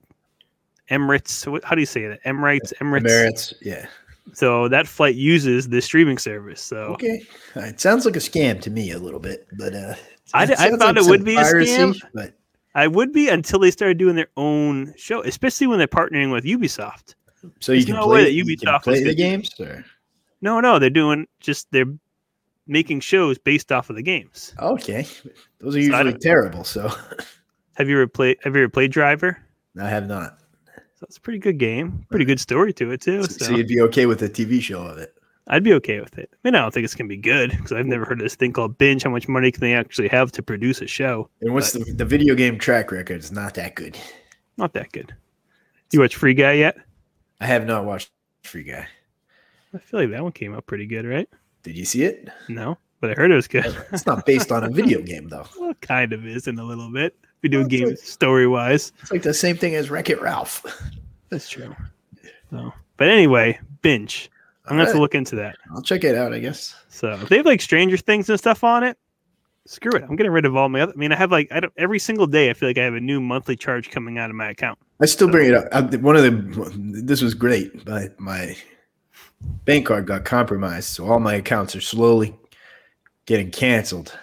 [SPEAKER 1] Emirates. What- How do you say that? Emirates. Emirates.
[SPEAKER 3] Merits, yeah.
[SPEAKER 1] So that flight uses this streaming service. So
[SPEAKER 3] Okay. All right. Sounds like a scam to me a little bit, but uh
[SPEAKER 1] I
[SPEAKER 3] it
[SPEAKER 1] d- I
[SPEAKER 3] sounds
[SPEAKER 1] thought it
[SPEAKER 3] some
[SPEAKER 1] would be a scam.
[SPEAKER 3] but
[SPEAKER 1] I would be until they started doing their own show, especially when they're partnering with Ubisoft.
[SPEAKER 3] so you
[SPEAKER 1] There's
[SPEAKER 3] can,
[SPEAKER 1] no way
[SPEAKER 3] play,
[SPEAKER 1] that
[SPEAKER 3] you
[SPEAKER 1] Ubisoft
[SPEAKER 3] can
[SPEAKER 1] was
[SPEAKER 3] play
[SPEAKER 1] gonna-
[SPEAKER 3] the games or
[SPEAKER 1] No, no, they're doing just they're making shows based off of the games.
[SPEAKER 3] okay. Those
[SPEAKER 1] So
[SPEAKER 3] are
[SPEAKER 1] I
[SPEAKER 3] usually
[SPEAKER 1] don't-
[SPEAKER 3] terrible, so [laughs]
[SPEAKER 1] Have you ever played? Have you ever played Driver?
[SPEAKER 3] I have not.
[SPEAKER 1] So it's a pretty good game, pretty good story to it too. So,
[SPEAKER 3] so you'd be okay with a TV show of it.
[SPEAKER 1] I'd be okay with it. I mean, I don't think it's gonna be good because I've never heard of this thing called binge. How much money can they actually have to produce a show?
[SPEAKER 3] And what's the, the video game track record? It's not that good.
[SPEAKER 1] Not that good. You watch Free Guy yet?
[SPEAKER 3] I have not watched Free Guy.
[SPEAKER 1] I feel like that one came out pretty good, right?
[SPEAKER 3] Did you see it?
[SPEAKER 1] No, but I heard it was good.
[SPEAKER 3] It's not based on a video game though.
[SPEAKER 1] well, kind of is in a little bit. Video game story wise.
[SPEAKER 3] It's like the same thing as Wreck It
[SPEAKER 1] [laughs]
[SPEAKER 3] Ralph.
[SPEAKER 1] That's true. So, but anyway, binge. I'm gonna have to
[SPEAKER 3] Alright.
[SPEAKER 1] look into that.
[SPEAKER 3] I'll check it out, I guess.
[SPEAKER 1] So if they have like Stranger Things and stuff on it, screw it. I'm getting rid of all my other. I mean, I have like I don't every single day. I feel like I have a new monthly charge coming out of my account.
[SPEAKER 3] I still bring it up. I, one of the this was great, but my bank card got compromised, so all my accounts are slowly getting canceled.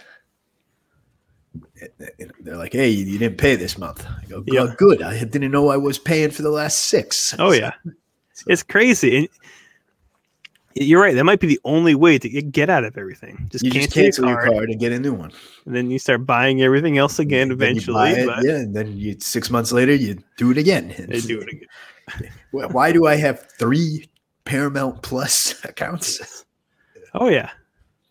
[SPEAKER 3] And They're like, "Hey, you didn't pay this month." I go,
[SPEAKER 1] Yeah.
[SPEAKER 3] "Good, "Good. I didn't know I was paying for the last six.
[SPEAKER 1] Oh yeah, it's crazy. And you're right. That might be the only way to get get out of everything. Just
[SPEAKER 3] you
[SPEAKER 1] cancel,
[SPEAKER 3] just cancel
[SPEAKER 1] your,
[SPEAKER 3] your
[SPEAKER 1] card,
[SPEAKER 3] card and get a new one.
[SPEAKER 1] and then you start buying everything else again
[SPEAKER 3] Then you
[SPEAKER 1] eventually.
[SPEAKER 3] buy it,
[SPEAKER 1] but
[SPEAKER 3] yeah, and then you six months later you do it again. [laughs]
[SPEAKER 1] they do it again.
[SPEAKER 3] Why- Why do I have three Paramount Plus [laughs] accounts?
[SPEAKER 1] [laughs] Oh yeah,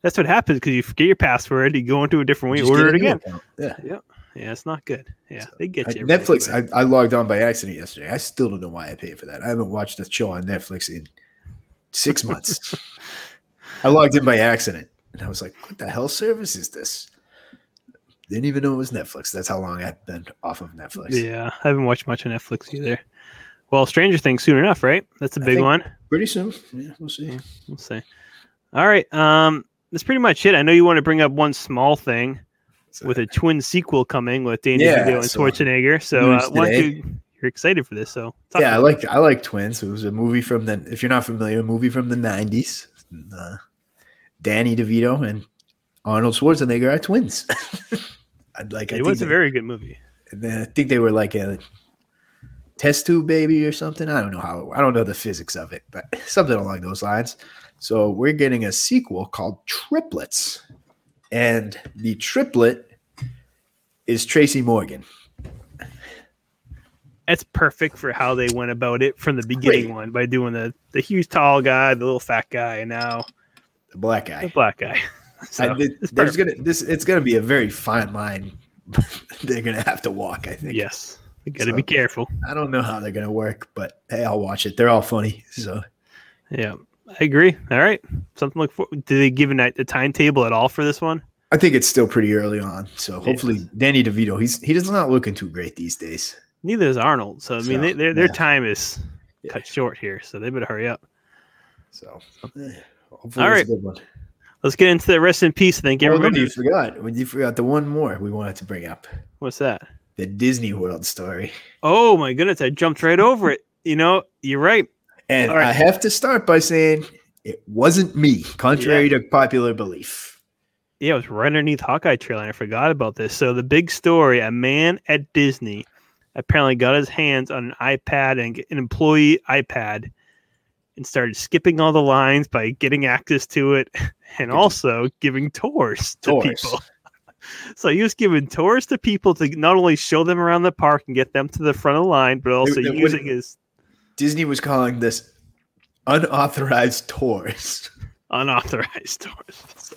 [SPEAKER 1] that's what happens because you forget your password. You go into a different way,
[SPEAKER 3] Just
[SPEAKER 1] order it
[SPEAKER 3] get a new
[SPEAKER 1] again.
[SPEAKER 3] account. Yeah.
[SPEAKER 1] Yeah, it's not good. Yeah,
[SPEAKER 3] So,
[SPEAKER 1] they get
[SPEAKER 3] I-
[SPEAKER 1] you. every
[SPEAKER 3] Netflix.
[SPEAKER 1] way.
[SPEAKER 3] I, I logged on by accident yesterday. I still don't know why I paid for that. I haven't watched a show on Netflix in
[SPEAKER 1] [laughs]
[SPEAKER 3] six months. I logged in by accident, and I was like, "What the hell service is this?" Didn't even know it was Netflix. That's how long I've been off of Netflix.
[SPEAKER 1] Yeah, I haven't watched much on Netflix either. Well, Stranger Things soon enough, right? That's a
[SPEAKER 3] I
[SPEAKER 1] big
[SPEAKER 3] think-
[SPEAKER 1] one.
[SPEAKER 3] Pretty soon, yeah, we'll see.
[SPEAKER 1] We'll see. All right. Um, that's pretty much it. I know you want to bring up one small thing
[SPEAKER 3] So,
[SPEAKER 1] with a twin sequel coming with Danny
[SPEAKER 3] Yeah,
[SPEAKER 1] DeVito and
[SPEAKER 3] so,
[SPEAKER 1] Schwarzenegger. So uh,
[SPEAKER 3] news
[SPEAKER 1] why don't
[SPEAKER 3] today.
[SPEAKER 1] you, you're excited for this. So talk
[SPEAKER 3] yeah, I
[SPEAKER 1] about
[SPEAKER 3] like I like Twins. It was a movie from the. If you're not familiar, a movie from the '90s. Uh, Danny DeVito and Arnold Schwarzenegger are twins. [laughs] I'd like.
[SPEAKER 1] it.
[SPEAKER 3] I
[SPEAKER 1] it
[SPEAKER 3] think
[SPEAKER 1] was a
[SPEAKER 3] that-
[SPEAKER 1] very good movie.
[SPEAKER 3] And then I think they were like a test tube baby or something. I don't know how. I don't know the physics of it, but [laughs] something along those lines. So we're getting a sequel called Triplets, and the triplet is Tracy Morgan.
[SPEAKER 1] That's perfect for how they went about it from the beginning
[SPEAKER 3] Great.
[SPEAKER 1] one by doing the the huge tall guy, the little fat guy, and now
[SPEAKER 3] The black
[SPEAKER 1] the
[SPEAKER 3] guy.
[SPEAKER 1] black guy. [laughs] So,
[SPEAKER 3] I, did-
[SPEAKER 1] it's
[SPEAKER 3] there's
[SPEAKER 1] perfect.
[SPEAKER 3] gonna this. It's gonna be a very fine line. [laughs] they're gonna have to walk. I think.
[SPEAKER 1] yes, you got to
[SPEAKER 3] So-
[SPEAKER 1] be careful.
[SPEAKER 3] I don't know how they're gonna work, but hey, I'll watch it. They're all funny. So
[SPEAKER 1] Yeah, I agree. All right, something to look for. Did they give a, night- a timetable at all for this one?
[SPEAKER 3] I think it's still pretty early on. So
[SPEAKER 1] Yeah.
[SPEAKER 3] hopefully, Danny DeVito. He's he does not looking too great these days.
[SPEAKER 1] Neither is Arnold. So I mean,
[SPEAKER 3] So,
[SPEAKER 1] they, their their
[SPEAKER 3] yeah.
[SPEAKER 1] time is
[SPEAKER 3] Yeah.
[SPEAKER 1] cut short here. So they better hurry up.
[SPEAKER 3] So,
[SPEAKER 1] All
[SPEAKER 3] all
[SPEAKER 1] right.
[SPEAKER 3] right. Good one.
[SPEAKER 1] Let's get into the rest in peace. Thank
[SPEAKER 3] Oh, no,
[SPEAKER 1] everybody.
[SPEAKER 3] you forgot. Well, You forgot the one more we wanted to bring up
[SPEAKER 1] What's that?
[SPEAKER 3] the Disney World story.
[SPEAKER 1] Oh my goodness! I jumped right over it. You know, you're right.
[SPEAKER 3] And
[SPEAKER 1] All right.
[SPEAKER 3] I have to start by saying it wasn't me, contrary to popular belief.
[SPEAKER 1] Yeah, it was right underneath Hawkeye trailer. and I forgot about this. So the big story: a man at Disney apparently got his hands on an iPad and an employee iPad, and started skipping all the lines by getting access to it, [laughs] and also giving tours to
[SPEAKER 3] Tours.
[SPEAKER 1] people. [laughs] So he was giving tours to people to not only show them around the park and get them to the front of the line, but also
[SPEAKER 3] it
[SPEAKER 1] using
[SPEAKER 3] wouldn't-
[SPEAKER 1] his
[SPEAKER 3] Disney was calling this unauthorized tours.
[SPEAKER 1] unauthorized [laughs] tours.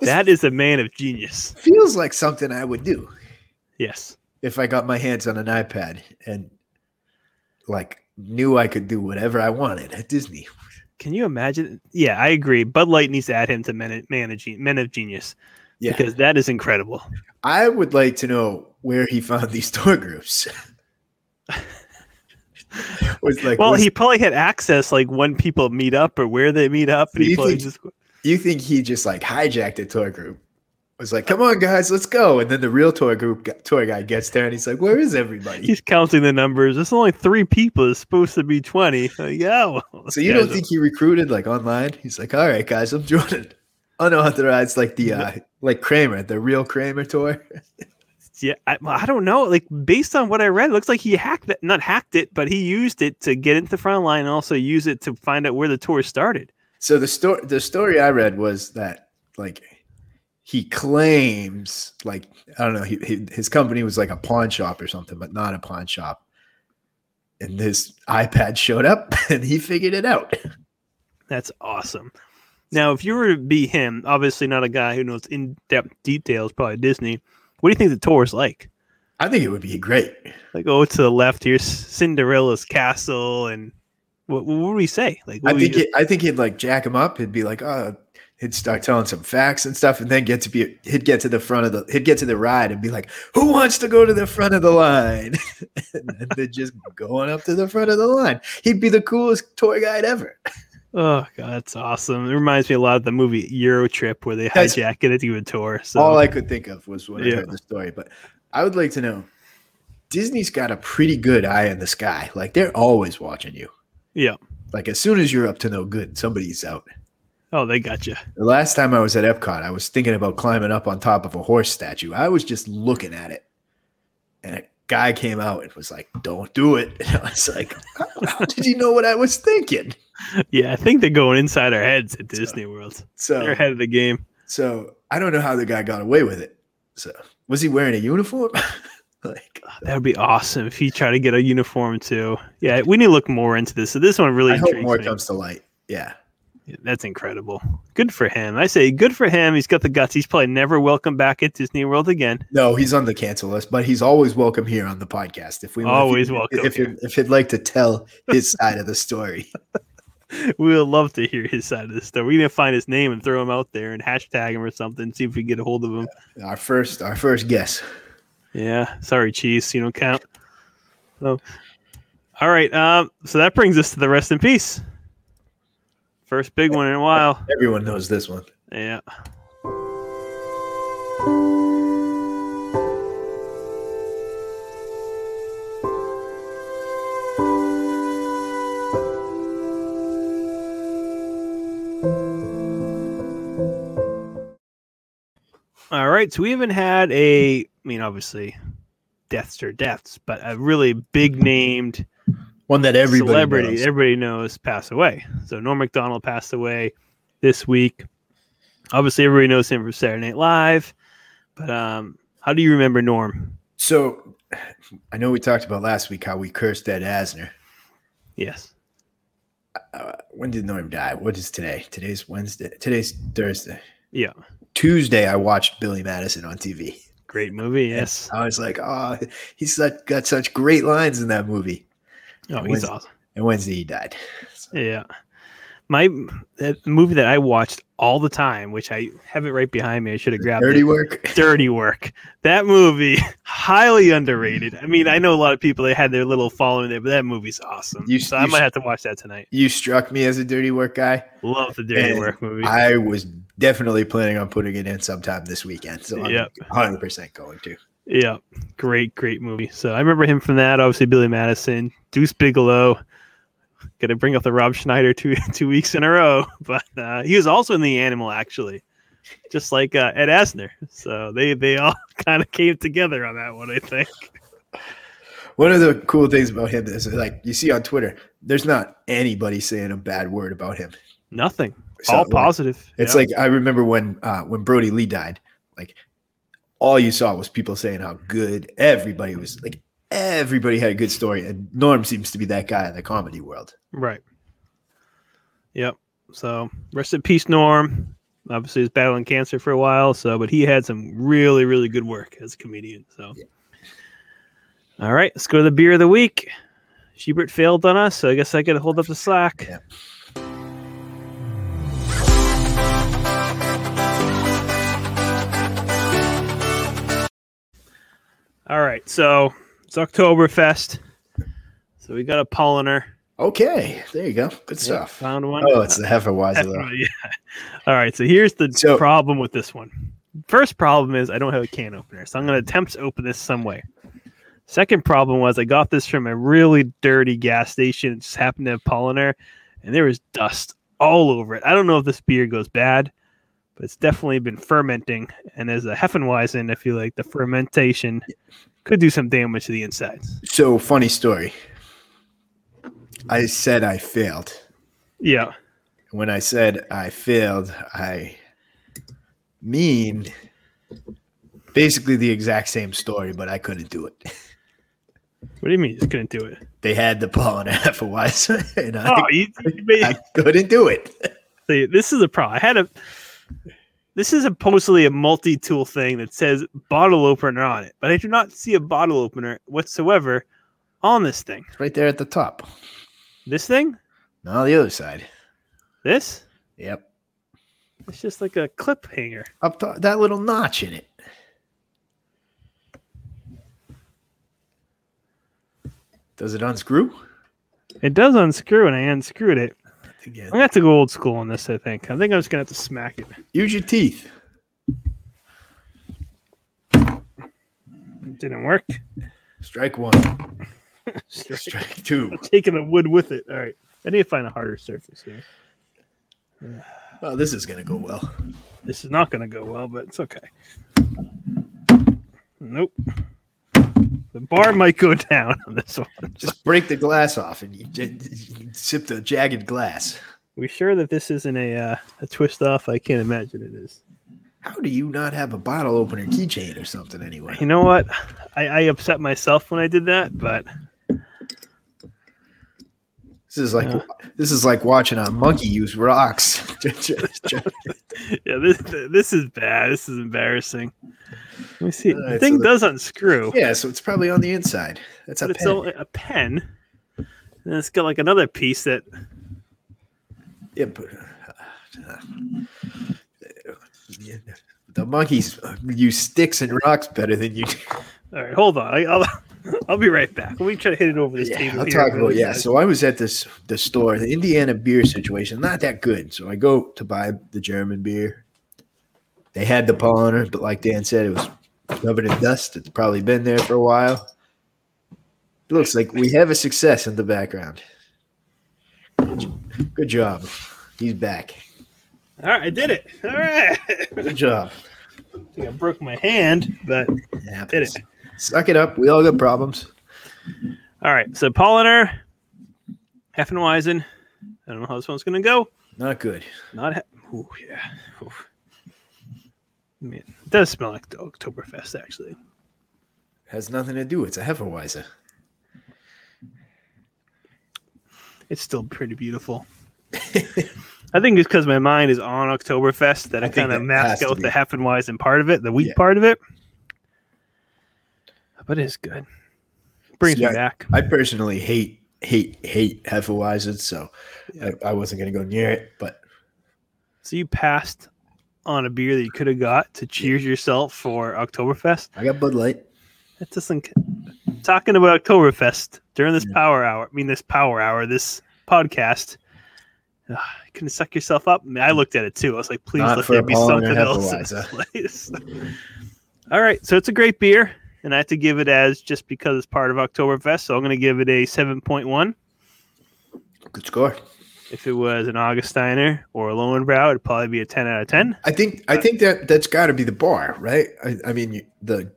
[SPEAKER 1] that is a man of genius.
[SPEAKER 3] Feels like something I would do
[SPEAKER 1] Yes.
[SPEAKER 3] if I got my hands on an iPad and like knew I could do whatever I wanted at Disney.
[SPEAKER 1] Can you imagine? Yeah, I agree. Bud Light needs to add him to men, man of Gen- men of genius
[SPEAKER 3] Yeah.
[SPEAKER 1] because that is incredible.
[SPEAKER 3] I would like to know where he found these tour groups. [laughs] was like,
[SPEAKER 1] well,
[SPEAKER 3] was-
[SPEAKER 1] he probably had access like when people meet up or where they meet up, and
[SPEAKER 3] Do
[SPEAKER 1] he
[SPEAKER 3] you
[SPEAKER 1] probably
[SPEAKER 3] think-
[SPEAKER 1] just
[SPEAKER 3] you think he just like hijacked a tour group? Was like, come on, guys, let's go. And then the real tour group tour guy gets there and he's like, where is everybody?
[SPEAKER 1] he's counting the numbers. There's only three people. It's supposed to be twenty. Like, yeah. well,
[SPEAKER 3] So you
[SPEAKER 1] guys
[SPEAKER 3] don't
[SPEAKER 1] are-
[SPEAKER 3] think he recruited like online? He's like, all right, guys, I'm joining [laughs] unauthorized, like the uh, like Kramer, the real Kramer tour. [laughs]
[SPEAKER 1] Yeah, I, well, I don't know. Like based on what I read, it looks like he hacked it. Not hacked it, but he used it to get into the front line and also use it to find out where the tour started.
[SPEAKER 3] So the story the story I read was that like he claims like I don't know he, he, his company was like a pawn shop or something, but not a pawn shop. And this iPad showed up, [laughs] and he figured it out.
[SPEAKER 1] That's awesome. Now, if you were to be him, obviously not a guy who knows in depth details, probably Disney, what do you think the tour is like?
[SPEAKER 3] I think it would be great.
[SPEAKER 1] Like, oh, to the left, here's Cinderella's castle. And what, what would we say? Like, what
[SPEAKER 3] I
[SPEAKER 1] would we
[SPEAKER 3] think
[SPEAKER 1] just-
[SPEAKER 3] it, I think he'd like jack him up. He'd be like, "Oh, he'd start telling some facts and stuff, and then get to be he'd get to the front of the he'd get to the ride and be like, "Who wants to go to the front of the line?" [laughs] and they're just going up to the front of the line. He'd be the coolest toy guide ever.
[SPEAKER 1] Oh god, that's awesome! It reminds me a lot of the movie Euro Trip where they
[SPEAKER 3] That's-
[SPEAKER 1] hijack it to a tour. So
[SPEAKER 3] All I could think of was when
[SPEAKER 1] Yeah.
[SPEAKER 3] I heard the story. But I would like to know. Disney's got a pretty good eye in the sky. Like they're always watching you.
[SPEAKER 1] yeah.
[SPEAKER 3] Like as soon as you're up to no good, somebody's out.
[SPEAKER 1] Oh, they got you.
[SPEAKER 3] The last time I was at Epcot, I was thinking about climbing up on top of a horse statue. I was just looking at it, and a guy came out and was like, "Don't do it." [laughs] And I was like, "How how did you know what I was thinking?"
[SPEAKER 1] [laughs] Yeah, I think they're going inside our heads at Disney World. They're
[SPEAKER 3] So,
[SPEAKER 1] ahead of the game.
[SPEAKER 3] so I don't know how the guy got away with it. So, was he wearing a uniform? [laughs] like,
[SPEAKER 1] That would be awesome if he tried to get a uniform too. Yeah, we need to look more into this. So this one really
[SPEAKER 3] I hope
[SPEAKER 1] intrigues
[SPEAKER 3] more
[SPEAKER 1] me.
[SPEAKER 3] comes to light. Yeah,
[SPEAKER 1] Yeah, That's incredible. Good for him. I say good for him. He's got the guts. He's probably never welcome back at Disney World again. [laughs]
[SPEAKER 3] no, he's on the cancel list, but he's always welcome here on the podcast. If we
[SPEAKER 1] Always
[SPEAKER 3] if you-
[SPEAKER 1] welcome
[SPEAKER 3] if you if you'd like to tell his side of the story.
[SPEAKER 1] We would love to hear his side of this story. We're gonna find his name and throw him out there and hashtag him or something. See if we can get a hold of him.
[SPEAKER 3] Our first, our first guess.
[SPEAKER 1] Yeah. Sorry, Cheese. You don't count. So, all right. Um, so that brings us to the rest in peace. First big one in a while.
[SPEAKER 3] Everyone knows this one.
[SPEAKER 1] Yeah. All right, so we haven't had a, I mean, obviously, deaths are deaths, but a really big named
[SPEAKER 3] One that everybody
[SPEAKER 1] celebrity
[SPEAKER 3] knows.
[SPEAKER 1] everybody knows pass away. So Norm Macdonald passed away this week. Obviously, everybody knows him from Saturday Night Live, but um, how do you remember Norm?
[SPEAKER 3] So I know we talked about last week how we cursed Ed Asner.
[SPEAKER 1] Yes,
[SPEAKER 3] Uh, when did Norm die? What is today? Today's Wednesday. Today's Thursday.
[SPEAKER 1] Yeah.
[SPEAKER 3] Tuesday, I watched Billy Madison on TV.
[SPEAKER 1] great movie. Yes,
[SPEAKER 3] I was like, oh, he's such, got such great lines in that movie.
[SPEAKER 1] oh, he's
[SPEAKER 3] Wednesday.
[SPEAKER 1] awesome.
[SPEAKER 3] And Wednesday, he died.
[SPEAKER 1] Yeah, my that movie that I watched all the time, which I have it right behind me. I should have grabbed it.
[SPEAKER 3] Dirty work.
[SPEAKER 1] Dirty Work. That movie, [laughs] highly underrated. I mean, I know a lot of people that had their little following there, but that movie's awesome.
[SPEAKER 3] You-
[SPEAKER 1] so
[SPEAKER 3] you
[SPEAKER 1] I might
[SPEAKER 3] sh-
[SPEAKER 1] have to watch that tonight.
[SPEAKER 3] You struck me as a dirty work guy.
[SPEAKER 1] Love the Dirty
[SPEAKER 3] And
[SPEAKER 1] Work movie.
[SPEAKER 3] I was definitely planning on putting it in sometime this weekend. So I'm
[SPEAKER 1] Yep.
[SPEAKER 3] 100% going to.
[SPEAKER 1] yeah, great, great movie. So I remember him from that. Obviously, Billy Madison, Deuce Bigelow. Gonna bring up the Rob Schneider two [laughs] two weeks in a row, [laughs] but uh, he was also in the Animal actually, just like uh, Ed Asner. So they they all [laughs] kind of came together on that one, I think.
[SPEAKER 3] One of the cool things about him is like you see on Twitter, there's not anybody saying a bad word about him.
[SPEAKER 1] Nothing,
[SPEAKER 3] So,
[SPEAKER 1] all
[SPEAKER 3] like,
[SPEAKER 1] positive.
[SPEAKER 3] It's
[SPEAKER 1] Yeah.
[SPEAKER 3] like I remember when uh, when Brody Lee died, like all you saw was people saying how good everybody was. Like everybody had a good story, and Norm seems to be that guy in the comedy world.
[SPEAKER 1] Right. Yep. So rest in peace, Norm. Obviously, he was battling cancer for a while. So, but he had some really, really good work as a comedian. So, all right, let's go to the beer of the week. Schubert failed on us, so I guess I could hold up the slack.
[SPEAKER 3] Yeah.
[SPEAKER 1] All right, so it's Oktoberfest. So we got a polliner.
[SPEAKER 3] Okay, there you go, good stuff.
[SPEAKER 1] Found one.
[SPEAKER 3] Oh, it's the Hefeweizen.
[SPEAKER 1] That's
[SPEAKER 3] though.
[SPEAKER 1] right, yeah. All right. So here's the
[SPEAKER 3] So-
[SPEAKER 1] problem with this one. First problem is I don't have a can opener, so I'm going to attempt to open this some way. Second problem was I got this from a really dirty gas station. It just happened to have polliner, and there was dust all over it. I don't know if this beer goes bad, but it's definitely been fermenting. And as a Heffenweizen, I feel like the fermentation could do some damage to the insides.
[SPEAKER 3] So funny story. I said I failed.
[SPEAKER 1] Yeah.
[SPEAKER 3] when I said I failed, I mean basically the exact same story, but I couldn't do it. [laughs]
[SPEAKER 1] What do you mean you just couldn't do it?
[SPEAKER 3] They had the pollen [laughs] half a wise, and [laughs] I,
[SPEAKER 1] Oh, you, you made,
[SPEAKER 3] I couldn't do it. [laughs]
[SPEAKER 1] See, this is a problem. I had a. This is supposedly a multi-tool thing that says bottle opener on it, but I do not see a bottle opener whatsoever on this thing.
[SPEAKER 3] It's right there at the top.
[SPEAKER 1] This thing,
[SPEAKER 3] No, the other side.
[SPEAKER 1] this.
[SPEAKER 3] Yep.
[SPEAKER 1] It's just like a clip hanger.
[SPEAKER 3] Up to that little notch in it. Does it unscrew?
[SPEAKER 1] It does unscrew, and I unscrewed it. I'm
[SPEAKER 3] Again,
[SPEAKER 1] gonna have to go old school on this. I think. I think I'm just gonna have to smack it.
[SPEAKER 3] use your teeth.
[SPEAKER 1] It didn't work. [laughs]
[SPEAKER 3] Strike one,
[SPEAKER 1] Strike.
[SPEAKER 3] strike two. [laughs]
[SPEAKER 1] Taking the wood with it. All right. I need to find a harder surface here.
[SPEAKER 3] Oh, this is gonna go well.
[SPEAKER 1] This is not gonna go well, but it's okay. Nope. The bar might go [laughs] down on this one.
[SPEAKER 3] Just break the glass off and you j- sip the jagged glass.
[SPEAKER 1] We sure that this isn't a uh, a twist off? I can't imagine it is.
[SPEAKER 3] How do you not have a bottle opener keychain or something anyway?
[SPEAKER 1] You know what? I, I upset myself when I did that, but [laughs]
[SPEAKER 3] This is like
[SPEAKER 1] Yeah.
[SPEAKER 3] this is like watching a monkey use rocks. [laughs]
[SPEAKER 1] yeah, this this is bad. This is embarrassing. Let me see.
[SPEAKER 3] All
[SPEAKER 1] the
[SPEAKER 3] right,
[SPEAKER 1] thing
[SPEAKER 3] so the-
[SPEAKER 1] does unscrew,
[SPEAKER 3] yeah, so it's probably on the inside. That's a
[SPEAKER 1] but
[SPEAKER 3] pen.
[SPEAKER 1] it's only a pen. And it's got like another piece that
[SPEAKER 3] Yeah, but, uh, yeah, the monkeys use sticks and rocks better than you. do.
[SPEAKER 1] All right, hold on. I, I'll [laughs] I'll be right back. Let me try to hit it over this
[SPEAKER 3] Yeah,
[SPEAKER 1] table.
[SPEAKER 3] I'll
[SPEAKER 1] here
[SPEAKER 3] talk about
[SPEAKER 1] really
[SPEAKER 3] yeah.
[SPEAKER 1] fast.
[SPEAKER 3] So I was at this the store, the Indiana beer situation, not that good. So I go to buy the German beer. They had the pollinator, but like Dan said, it was covered in dust. It's probably been there for a while. It looks like we have a success in the background. Good job. He's back.
[SPEAKER 1] All right, I did it. All right. I
[SPEAKER 3] Good job.
[SPEAKER 1] think [laughs] I broke my hand, but
[SPEAKER 3] It
[SPEAKER 1] did
[SPEAKER 3] happens.
[SPEAKER 1] it.
[SPEAKER 3] Suck it up. We all got problems.
[SPEAKER 1] All right. So Polliner, Heffenweisen. I don't know how this one's gonna go.
[SPEAKER 3] Not good.
[SPEAKER 1] Not. He- Ooh, yeah. Ooh. Man, it does smell like the Oktoberfest, actually.
[SPEAKER 3] Has nothing to do. It's a Hefeweizen.
[SPEAKER 1] It's still pretty
[SPEAKER 3] [laughs]
[SPEAKER 1] beautiful. I think it's because my mind is on Oktoberfest that
[SPEAKER 3] I
[SPEAKER 1] I,
[SPEAKER 3] think
[SPEAKER 1] kind of
[SPEAKER 3] that has
[SPEAKER 1] mask
[SPEAKER 3] to
[SPEAKER 1] out
[SPEAKER 3] be.
[SPEAKER 1] the Heffenweisen part of it, the wheat
[SPEAKER 3] Yeah.
[SPEAKER 1] part of it. But it's good. Brings
[SPEAKER 3] See,
[SPEAKER 1] me back.
[SPEAKER 3] I personally hate, hate, hate Hefeweizen, so I, I wasn't going to go near it. But
[SPEAKER 1] So you passed on a beer that you could have got to cheers yourself for Oktoberfest.
[SPEAKER 3] I got Bud Light.
[SPEAKER 1] That doesn't. Talking about Oktoberfest during this
[SPEAKER 3] Yeah.
[SPEAKER 1] power hour, I mean this power hour, this podcast. Ugh, you couldn't suck yourself up. I, mean, I looked at it too. I was like, please
[SPEAKER 3] Not
[SPEAKER 1] let
[SPEAKER 3] for
[SPEAKER 1] there be
[SPEAKER 3] Apollo and
[SPEAKER 1] something else in this place. [laughs] All right, so it's a great beer, and I have to give it as just because it's part of Oktoberfest. So I'm going to give it a seven point one.
[SPEAKER 3] Good score.
[SPEAKER 1] If it was an Augustiner or a Lowenbrow, it'd probably be a ten out of ten.
[SPEAKER 3] I think. I think that that's got to be the bar, right? I, I mean, you- the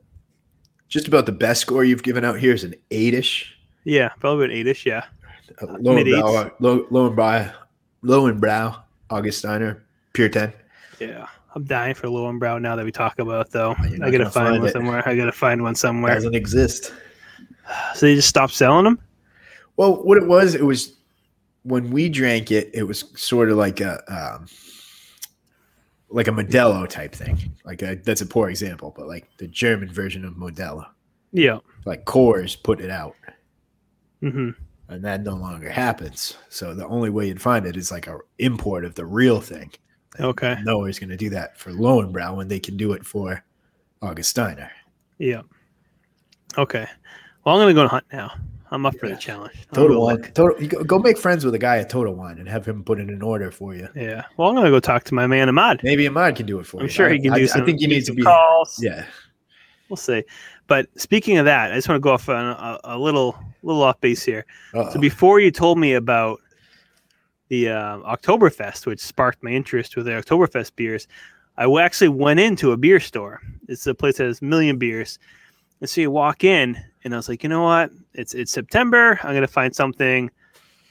[SPEAKER 3] just about the best score you've given out here is an eight-ish.
[SPEAKER 1] Yeah, probably an eight-ish. Yeah.
[SPEAKER 3] Uh, low and
[SPEAKER 1] Mid-eights.
[SPEAKER 3] brow, low, low and brow, low and brow, Augustiner, pure ten.
[SPEAKER 1] Yeah, I'm dying for Lowenbrow now that we talk about it, though.
[SPEAKER 3] you're not
[SPEAKER 1] I gotta
[SPEAKER 3] gonna
[SPEAKER 1] find,
[SPEAKER 3] find
[SPEAKER 1] one
[SPEAKER 3] it.
[SPEAKER 1] somewhere. I gotta find one somewhere.
[SPEAKER 3] Doesn't exist.
[SPEAKER 1] So they just stopped selling them.
[SPEAKER 3] Well, what it was, it was when we drank it, it was sort of like a um, like a Modelo type thing. Like a, that's a poor example, but like the German version of Modelo.
[SPEAKER 1] Yeah.
[SPEAKER 3] Like Coors put it out,
[SPEAKER 1] hmm
[SPEAKER 3] and that no longer happens. So the only way you'd find it is like a import of the real thing.
[SPEAKER 1] Okay.
[SPEAKER 3] No one's going to do that for Lowenbrow when they can do it for Augustiner.
[SPEAKER 1] Yeah. Okay. Well, I'm gonna go and hunt now. I'm up for the
[SPEAKER 3] Yeah.
[SPEAKER 1] challenge. I'm gonna
[SPEAKER 3] Total
[SPEAKER 1] go
[SPEAKER 3] Wine.
[SPEAKER 1] look.
[SPEAKER 3] Total, you go, go make friends with a guy at Total Wine and have him put in an order for you.
[SPEAKER 1] Yeah. Well, I'm gonna go talk to my man Ahmad.
[SPEAKER 3] Maybe Ahmad can do it for you.
[SPEAKER 1] I'm sure
[SPEAKER 3] I-
[SPEAKER 1] he can
[SPEAKER 3] I-
[SPEAKER 1] do
[SPEAKER 3] I
[SPEAKER 1] some.
[SPEAKER 3] think you
[SPEAKER 1] do
[SPEAKER 3] need to
[SPEAKER 1] some
[SPEAKER 3] be.
[SPEAKER 1] calls.
[SPEAKER 3] Yeah.
[SPEAKER 1] We'll see. But speaking of that, I just want to go off on a, a little little off base here. So
[SPEAKER 3] Uh-oh.
[SPEAKER 1] before you told me about the um, Oktoberfest, which sparked my interest with the Oktoberfest beers, I w- actually went into a beer store. It's a place that has a million beers. And so you walk in, and I was like, you know what? It's it's September. I'm gonna find something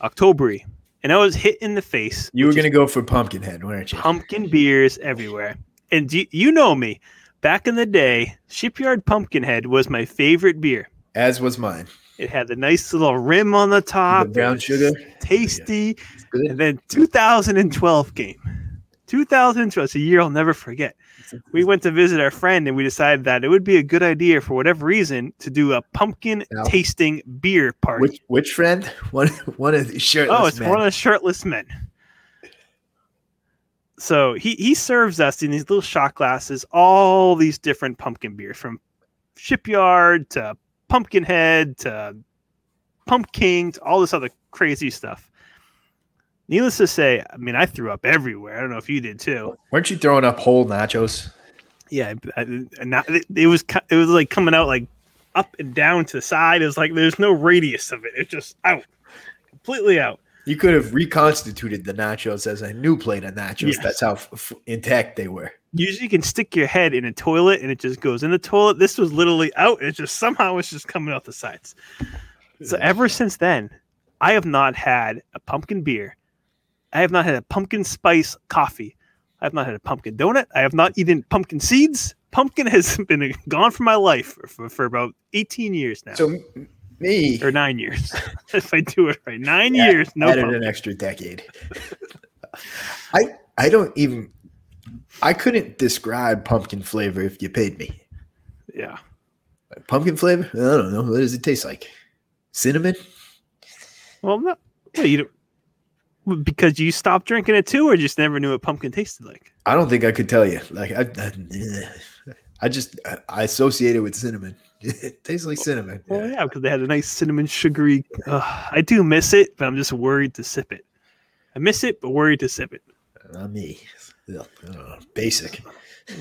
[SPEAKER 1] Octobery. And I was hit in the face.
[SPEAKER 3] You were
[SPEAKER 1] which is
[SPEAKER 3] gonna go for Pumpkinhead, weren't you?
[SPEAKER 1] pumpkin beers everywhere. And you, you know me. Back in the day, Shipyard Pumpkinhead was my favorite beer.
[SPEAKER 3] As was mine.
[SPEAKER 1] It had the nice little rim on the top.
[SPEAKER 3] the
[SPEAKER 1] It
[SPEAKER 3] brown
[SPEAKER 1] was
[SPEAKER 3] sugar.
[SPEAKER 1] tasty.
[SPEAKER 3] good.
[SPEAKER 1] And then 2012 came. 2012, it's a year I'll never forget. We went to visit our friend and we decided that it would be a good idea for whatever reason to do a pumpkin
[SPEAKER 3] Now-
[SPEAKER 1] tasting beer party.
[SPEAKER 3] Which which [laughs] friend? One one of the shirtless
[SPEAKER 1] oh, it's
[SPEAKER 3] men.
[SPEAKER 1] one of the shirtless men. so he he serves us in these little shot glasses all these different pumpkin beers from shipyard to pumpkinhead to pump king to all this other crazy stuff needless to say i mean i threw up everywhere i don't know if you did too
[SPEAKER 3] Weren't you throwing up whole nachos?
[SPEAKER 1] yeah I, I- not, it, it was cu- it was like coming out like up and down to the side it was like there's no radius of it it's just out completely out
[SPEAKER 3] You could have reconstituted the nachos as a new plate of nachos.
[SPEAKER 1] Yes.
[SPEAKER 3] That's how f- f- intact they were.
[SPEAKER 1] usually you can stick your head in a toilet and it just goes in the toilet. This was literally out. It just somehow it's just coming out the sides. So ever since then, I have not had a pumpkin beer. I have not had a pumpkin spice coffee. I have not had a pumpkin donut. I have not eaten pumpkin seeds. Pumpkin has [laughs] been gone from my life for, for about 18 years now.
[SPEAKER 3] So m- me
[SPEAKER 1] or nine years, [laughs] if I do it right. Nine
[SPEAKER 3] Yeah,
[SPEAKER 1] years, no
[SPEAKER 3] added
[SPEAKER 1] pumpkin.
[SPEAKER 3] an extra decade. [laughs] I I don't even I couldn't describe pumpkin flavor if you paid me.
[SPEAKER 1] Yeah.
[SPEAKER 3] Pumpkin flavor? I don't know. What does it taste like? Cinnamon?
[SPEAKER 1] Well, no. Yeah, you don't, because you stopped drinking it too, or just never knew what pumpkin tasted like.
[SPEAKER 3] I don't think I could tell you. Like I, I, I just I, I associate it with cinnamon. [laughs] it tastes like cinnamon.
[SPEAKER 1] Well, Oh, yeah, because they had a nice cinnamon sugary. Uh, I do miss it, but I'm just worried to sip it. I miss it, but worried to sip it.
[SPEAKER 3] Not me. Ugh, I don't know. Basic.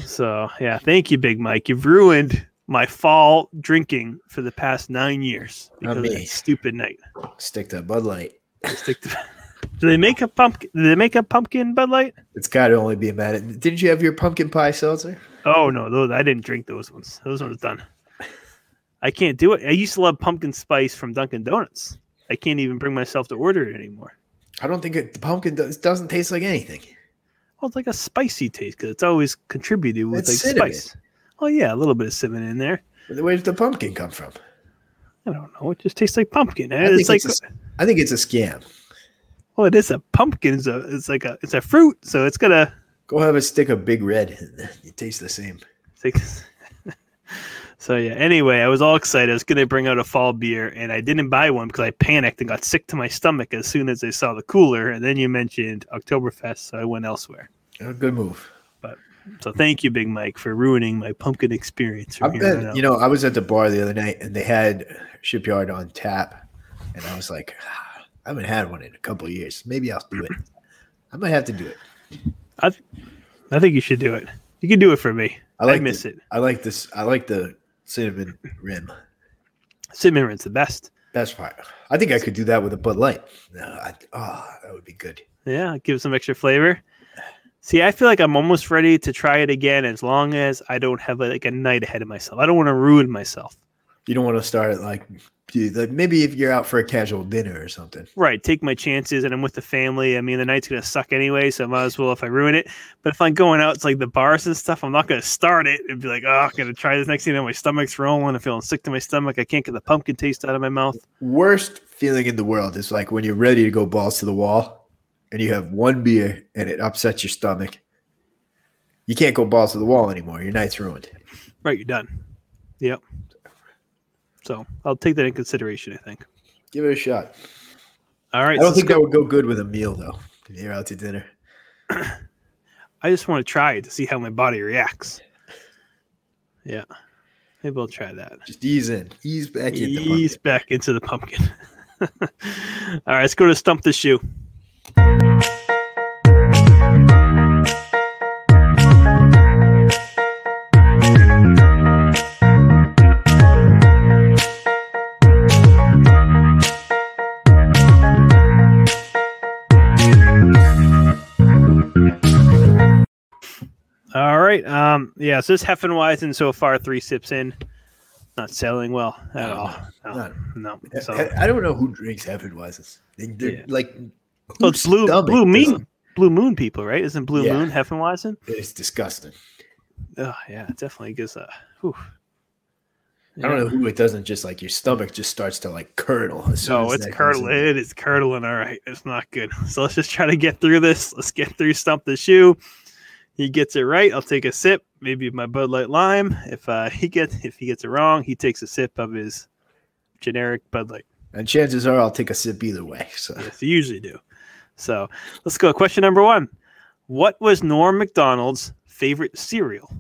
[SPEAKER 1] So yeah, thank you, Big Mike. You've ruined my fall drinking for the past nine years
[SPEAKER 3] Not
[SPEAKER 1] because of
[SPEAKER 3] me.
[SPEAKER 1] that stupid night.
[SPEAKER 3] Stick to Bud Light.
[SPEAKER 1] Stick to- [laughs] do they make a pumpkin? Do they make a pumpkin Bud Light?
[SPEAKER 3] It's got to only be a matter. Didn't you have your pumpkin pie seltzer?
[SPEAKER 1] Oh no, those I didn't drink those ones. Those ones done. I can't do it. I used to love pumpkin spice from Dunkin' Donuts. I can't even bring myself to order it anymore.
[SPEAKER 3] I don't think it, the pumpkin does, doesn't taste like anything.
[SPEAKER 1] Well, it's like a spicy taste because it's always contributed with
[SPEAKER 3] It's
[SPEAKER 1] like
[SPEAKER 3] cinnamon.
[SPEAKER 1] spice. Oh yeah, a little bit of cinnamon in there.
[SPEAKER 3] Where did the pumpkin come from?
[SPEAKER 1] I don't know. It just tastes like pumpkin. eh?
[SPEAKER 3] I think
[SPEAKER 1] It's like
[SPEAKER 3] it's a s- I think it's a scam.
[SPEAKER 1] well, it is a pumpkin. It's a it's like a it's a fruit, so it's gonna
[SPEAKER 3] Go have a stick of Big Red. And it tastes the same.
[SPEAKER 1] Six. [laughs] so yeah. Anyway, I was all excited. I was gonna bring out a fall beer, and I didn't buy one because I panicked and got sick to my stomach as soon as I saw the cooler. And then you mentioned Oktoberfest, so I went elsewhere.
[SPEAKER 3] Uh, Good move.
[SPEAKER 1] So thank you, Big Mike, for ruining my pumpkin experience. From
[SPEAKER 3] I've
[SPEAKER 1] here on
[SPEAKER 3] been,
[SPEAKER 1] out.
[SPEAKER 3] you know, I was at the bar the other night and they had Shipyard on tap, and I was like, "Ah, I haven't had one in a couple of years. Maybe I'll do it. I might have to do it.
[SPEAKER 1] I think you should do it. You can do it for me.
[SPEAKER 3] I like
[SPEAKER 1] miss
[SPEAKER 3] the,
[SPEAKER 1] it.
[SPEAKER 3] I like this. I like the cinnamon rim.
[SPEAKER 1] Cinnamon Rin's the best.
[SPEAKER 3] That's fine. I think I could do that with a Bud Light. No, I, oh, that would be good.
[SPEAKER 1] Yeah, give it some extra flavor. See, I feel like I'm almost ready to try it again as long as I don't have like a night ahead of myself. I don't want to ruin myself.
[SPEAKER 3] You don't want to start at like, you- like maybe if you're out for a casual dinner or something.
[SPEAKER 1] Right, take my chances, and I'm with the family. I mean, the night's gonna suck anyway, so I might as well if I ruin it. But if I'm going out, it's like the bars and stuff. I'm not gonna start it and be like, "Oh, I'm gonna try this." Next thing, you know, my stomach's rolling. I'm feeling sick to my stomach. I can't get the pumpkin taste out of my mouth.
[SPEAKER 3] Worst feeling in the world is like when you're ready to go balls to the wall, and you have one beer and it upsets your stomach. You can't go balls to the wall anymore. Your night's ruined.
[SPEAKER 1] Right, you're done. Yep. So I'll take that in consideration. I think.
[SPEAKER 3] Give it a shot.
[SPEAKER 1] All right.
[SPEAKER 3] I
[SPEAKER 1] so
[SPEAKER 3] don't think
[SPEAKER 1] Scott,
[SPEAKER 3] that would go good with a meal though. If you're out to dinner,
[SPEAKER 1] I just want to try it to see how my body reacts. Yeah, maybe I'll try that.
[SPEAKER 3] just ease in, ease back in. the
[SPEAKER 1] Ease back into the pumpkin. [laughs] All right, let's go to stump the shoe. All right. Um, yeah, so this Heffenweizen so far three sips in. Not selling well at all. No,
[SPEAKER 3] Not-
[SPEAKER 1] no.
[SPEAKER 3] I-
[SPEAKER 1] So,
[SPEAKER 3] I, I don't know who drinks Heffenweisens. They, they're
[SPEAKER 1] Yeah.
[SPEAKER 3] like,
[SPEAKER 1] well, it's blue
[SPEAKER 3] stomach
[SPEAKER 1] blue moon
[SPEAKER 3] doesn't-
[SPEAKER 1] blue moon people, right? Isn't blue
[SPEAKER 3] Yeah.
[SPEAKER 1] moon Heffenweizen?
[SPEAKER 3] it's disgusting.
[SPEAKER 1] Oh yeah, it definitely gives a. Whew.
[SPEAKER 3] I don't
[SPEAKER 1] Yeah.
[SPEAKER 3] know who it doesn't just like your stomach just starts to like curdle. as soon
[SPEAKER 1] No,
[SPEAKER 3] as
[SPEAKER 1] it's
[SPEAKER 3] that comes
[SPEAKER 1] curdling.
[SPEAKER 3] in.
[SPEAKER 1] It is curdling. All right, it's not good. [laughs] So let's just try to get through this. Let's get through stump the shoe. He gets it right. I'll take a sip. Maybe my Bud Light Lime. If uh, he gets if he gets it wrong, he takes a sip of his generic Bud Light.
[SPEAKER 3] And chances are I'll take a sip either way. So
[SPEAKER 1] Yes, you usually do. So let's go. Question number one. What was Norm McDonald's favorite cereal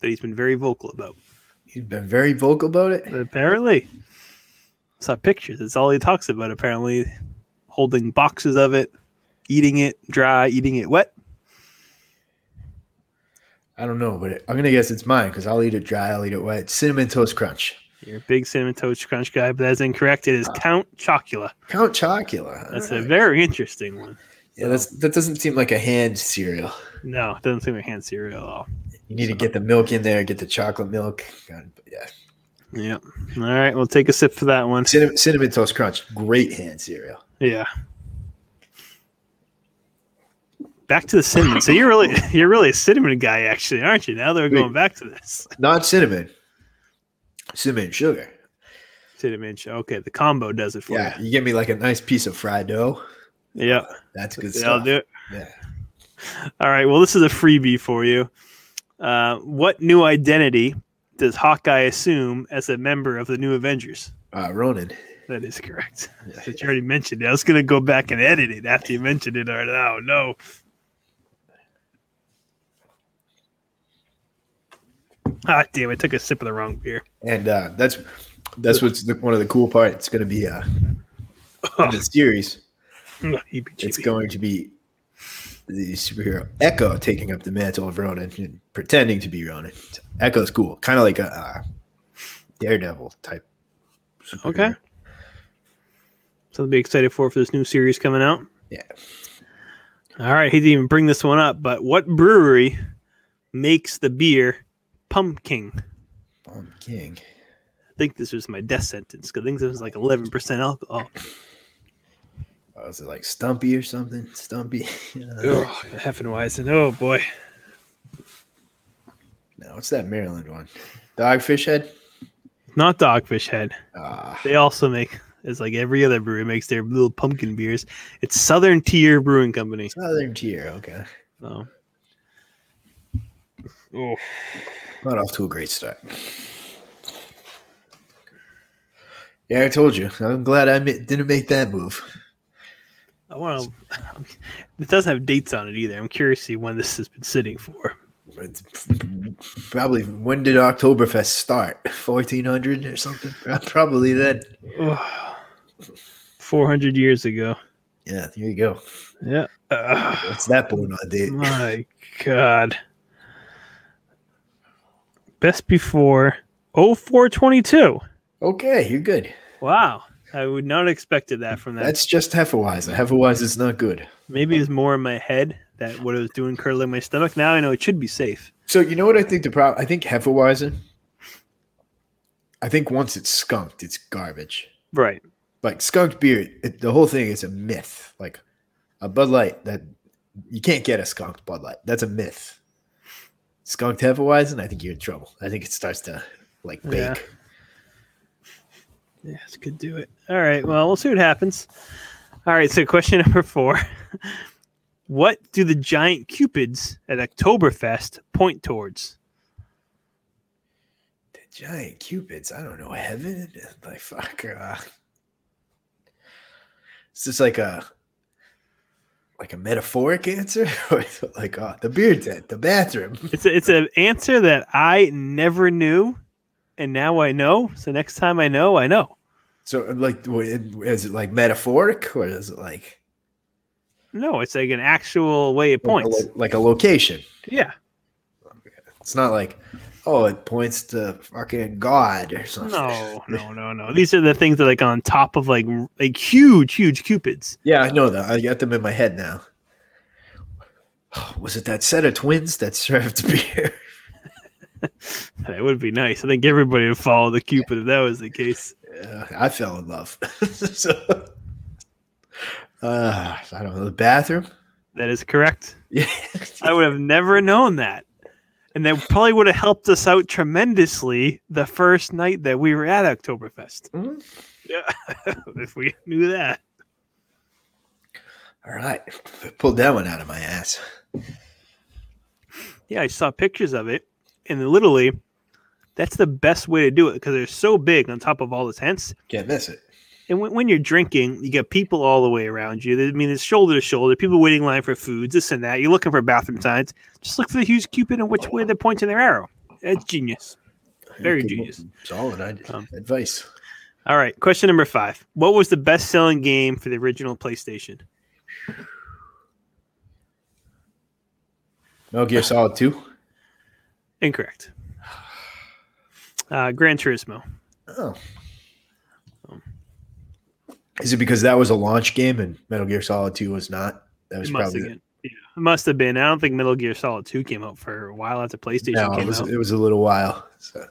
[SPEAKER 1] that he's been very vocal about?
[SPEAKER 3] He's been very vocal about it.
[SPEAKER 1] Apparently, saw pictures. That's all he talks about. Apparently, holding boxes of it, eating it dry, eating it wet.
[SPEAKER 3] I don't know, but I'm gonna guess it's mine because I'll eat it dry, I'll eat it wet. Cinnamon toast crunch.
[SPEAKER 1] You're a big cinnamon toast crunch guy, but that's incorrect. It is Count Chocula.
[SPEAKER 3] Count Chocula.
[SPEAKER 1] That's
[SPEAKER 3] Ah. All
[SPEAKER 1] a
[SPEAKER 3] right.
[SPEAKER 1] very interesting one.
[SPEAKER 3] yeah. That's that doesn't seem like a hand cereal.
[SPEAKER 1] No, it doesn't seem like hand cereal at all.
[SPEAKER 3] You need to get the milk in there, get the chocolate milk. God, but yeah,
[SPEAKER 1] Yeah. All right, we'll take a sip for that one.
[SPEAKER 3] cinnamon, cinnamon toast crunch, great hand cereal.
[SPEAKER 1] Yeah. Back to the cinnamon. So you're really [laughs] you're really a cinnamon guy, actually, aren't you? Now that we're going back to this [laughs]
[SPEAKER 3] Not cinnamon, cinnamon sugar.
[SPEAKER 1] cinnamon. sh- Okay, the combo does it for
[SPEAKER 3] Yeah, you give me like a nice piece of fried dough.
[SPEAKER 1] you. Yeah,
[SPEAKER 3] That's good
[SPEAKER 1] yeah, I'll
[SPEAKER 3] stuff.
[SPEAKER 1] do it.
[SPEAKER 3] Yeah.
[SPEAKER 1] All right. Well, this is a freebie for you. Uh, what new identity does Hawkeye assume as a member of the New Avengers?
[SPEAKER 3] Uh, Ronan.
[SPEAKER 1] That is correct.
[SPEAKER 3] [laughs] Yeah.
[SPEAKER 1] Since you already mentioned it, I was gonna go back and edit it after you mentioned it. Or no, no. Ah, damn! I took a sip of the wrong beer.
[SPEAKER 3] And uh, that's that's what's the, one of the cool part. It's going to be uh, in the series. It's
[SPEAKER 1] Heebie-jeebie.
[SPEAKER 3] going to be the superhero Echo taking up the mantle of Ronan and pretending to be Ronan. Echo's cool, kind of like a uh, Daredevil type. superhero.
[SPEAKER 1] Okay. Something to be excited for for this new series coming out.
[SPEAKER 3] Yeah.
[SPEAKER 1] All right, he didn't even bring this one up, but what brewery makes the beer Pumpkin?
[SPEAKER 3] Bomb King.
[SPEAKER 1] I think this was my death sentence because I think this was like 11% alcohol.
[SPEAKER 3] Oh, is it like Stumpy or something? Stumpy. [laughs] Uh,
[SPEAKER 1] Oh, Heffenweizen. Oh, boy.
[SPEAKER 3] no, what's that Maryland one? Dogfish Head.
[SPEAKER 1] Not Dogfish Head.
[SPEAKER 3] Ah,
[SPEAKER 1] They also make, it's like every other brewery makes their little pumpkin beers. It's Southern Tier Brewing Company.
[SPEAKER 3] Southern Tier. Okay,
[SPEAKER 1] So. Oh.
[SPEAKER 3] not off to a great start. Yeah, I told you. I'm glad I ma- didn't make that move.
[SPEAKER 1] I want to. It doesn't have dates on it either. I'm curious to see when this has been sitting for.
[SPEAKER 3] It's probably when did Oktoberfest start? 1400 or something? [laughs] Probably then.
[SPEAKER 1] 400 years ago.
[SPEAKER 3] Yeah, there you go.
[SPEAKER 1] Yeah. Ugh,
[SPEAKER 3] What's that born on date?
[SPEAKER 1] my God. Best before 0422.
[SPEAKER 3] Okay, you're good.
[SPEAKER 1] Wow. I would not have expected that from that.
[SPEAKER 3] That's just Hefeweizen. Hefeweizen's not good.
[SPEAKER 1] Maybe it's more in my head that what it was doing curling my stomach. Now I know it should be safe.
[SPEAKER 3] So you know what I think the problem? I think Hefeweizen. I think once it's skunked, it's garbage.
[SPEAKER 1] Right.
[SPEAKER 3] Like skunked beer, it, the whole thing is a myth. Like a Bud Light that you can't get a skunked Bud Light. That's a myth. Skunked Hefeweizen, I think you're in trouble. I think it starts to like bake.
[SPEAKER 1] Yeah. Yes, could do it. All right. Well, we'll see what happens. All right. So, question [laughs] number four What do the giant cupids at Oktoberfest point towards?
[SPEAKER 3] The giant cupids. I don't know heaven. Like fuck. Uh, it's just like a like a metaphoric answer. [laughs] Or is it like uh, the beer tent, the bathroom.
[SPEAKER 1] It's a, it's an answer that I never knew, and now I know. So, next time I know, I know.
[SPEAKER 3] So like, what- is it like metaphoric or is it like
[SPEAKER 1] No, it's like an actual way it points.
[SPEAKER 3] Like, a, like a location?
[SPEAKER 1] Yeah.
[SPEAKER 3] It's not like oh, it points to fucking God or something.
[SPEAKER 1] No, no, no, no. These are the things that are like on top of like r- like huge, huge cupids.
[SPEAKER 3] Yeah, I know that. I got them in my head now. Was it that set of twins that served [laughs] beer?
[SPEAKER 1] That would be nice. I think everybody would follow the cupid if that was the case.
[SPEAKER 3] Uh, I fell in love. [laughs] so, uh, I don't know the bathroom. [laughs]
[SPEAKER 1] That is correct.
[SPEAKER 3] Yeah,
[SPEAKER 1] I would have never known that. And that probably would have helped us out tremendously the first night that we were at Oktoberfest. [laughs]
[SPEAKER 3] Mhm.
[SPEAKER 1] Yeah, if we knew that.
[SPEAKER 3] all right, pulled that one out of my ass.
[SPEAKER 1] Yeah, I saw pictures of it. And literally, that's the best way to do it because they're so big on top of all the tents.
[SPEAKER 3] Can't miss it.
[SPEAKER 1] And when, when you're drinking, you got people all the way around you. I mean, it's shoulder to shoulder. People waiting in line for foods, this and that. You're looking for bathroom signs. Just look for the Hughes Cupid and which way they're pointing their arrow. That's genius. Very
[SPEAKER 3] Good-
[SPEAKER 1] genius.
[SPEAKER 3] Solid I'd-
[SPEAKER 1] Um,
[SPEAKER 3] advice.
[SPEAKER 1] All right. Question number five. What was the best selling game for the original PlayStation?
[SPEAKER 3] Metal Gear Solid 2.
[SPEAKER 1] Incorrect. [sighs] Uh, Gran Turismo.
[SPEAKER 3] Oh. Is it because that was a launch game and Metal Gear Solid 2 was not? That was
[SPEAKER 1] It must,
[SPEAKER 3] probably
[SPEAKER 1] have been, yeah, it must have been. I don't think Metal Gear Solid 2 came out for a while after PlayStation
[SPEAKER 3] no, it
[SPEAKER 1] came
[SPEAKER 3] was,
[SPEAKER 1] out.
[SPEAKER 3] it was a little while. So.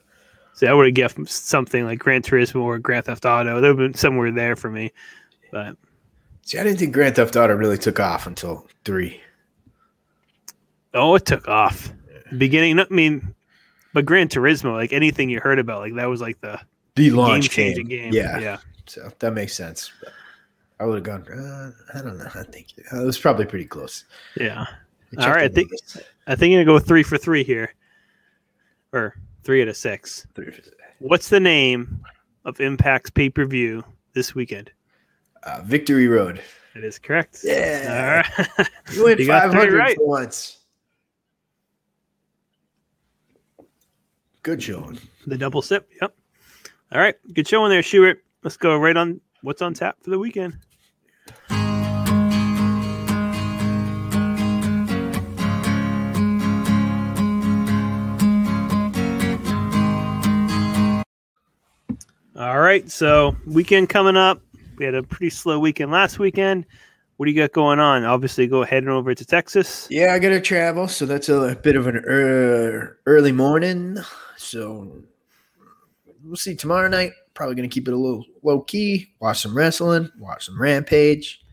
[SPEAKER 1] So I would have guessed something like Gran Turismo or Grand Theft Auto. That would have been somewhere there for me. But
[SPEAKER 3] See, I didn't think Grand Theft Auto really took off until three.
[SPEAKER 1] oh, it took off. Beginning, I mean, but Gran Turismo, like anything you heard about, like that was like the
[SPEAKER 3] The
[SPEAKER 1] game
[SPEAKER 3] launch
[SPEAKER 1] changing game.
[SPEAKER 3] Yeah,
[SPEAKER 1] Yeah.
[SPEAKER 3] So that makes sense. But I would have gone. Uh, I don't know. I think uh, it was probably pretty close.
[SPEAKER 1] Yeah.
[SPEAKER 3] I
[SPEAKER 1] All
[SPEAKER 3] checked
[SPEAKER 1] right, I
[SPEAKER 3] the
[SPEAKER 1] think-
[SPEAKER 3] numbers.
[SPEAKER 1] I think I'm going to go three for three here or three out of six. What's the name of Impact's pay per view this weekend?
[SPEAKER 3] Uh, Victory Road.
[SPEAKER 1] That is correct.
[SPEAKER 3] Yeah.
[SPEAKER 1] All right. [laughs]
[SPEAKER 3] You went
[SPEAKER 1] You got
[SPEAKER 3] five
[SPEAKER 1] three
[SPEAKER 3] hundred
[SPEAKER 1] right.
[SPEAKER 3] for once. Good showing.
[SPEAKER 1] the double sip. Yep. All right. Good show in there, Shewart. Let's go right on what's on tap for the weekend. All right. So, weekend coming up. We had a pretty slow weekend last weekend. What do you got going on? Obviously, go heading over to Texas.
[SPEAKER 3] Yeah, I gotta travel, so that's a bit of an er, early morning. So we'll see tomorrow night. Probably gonna keep it a little low key. Watch some wrestling. Watch some Rampage.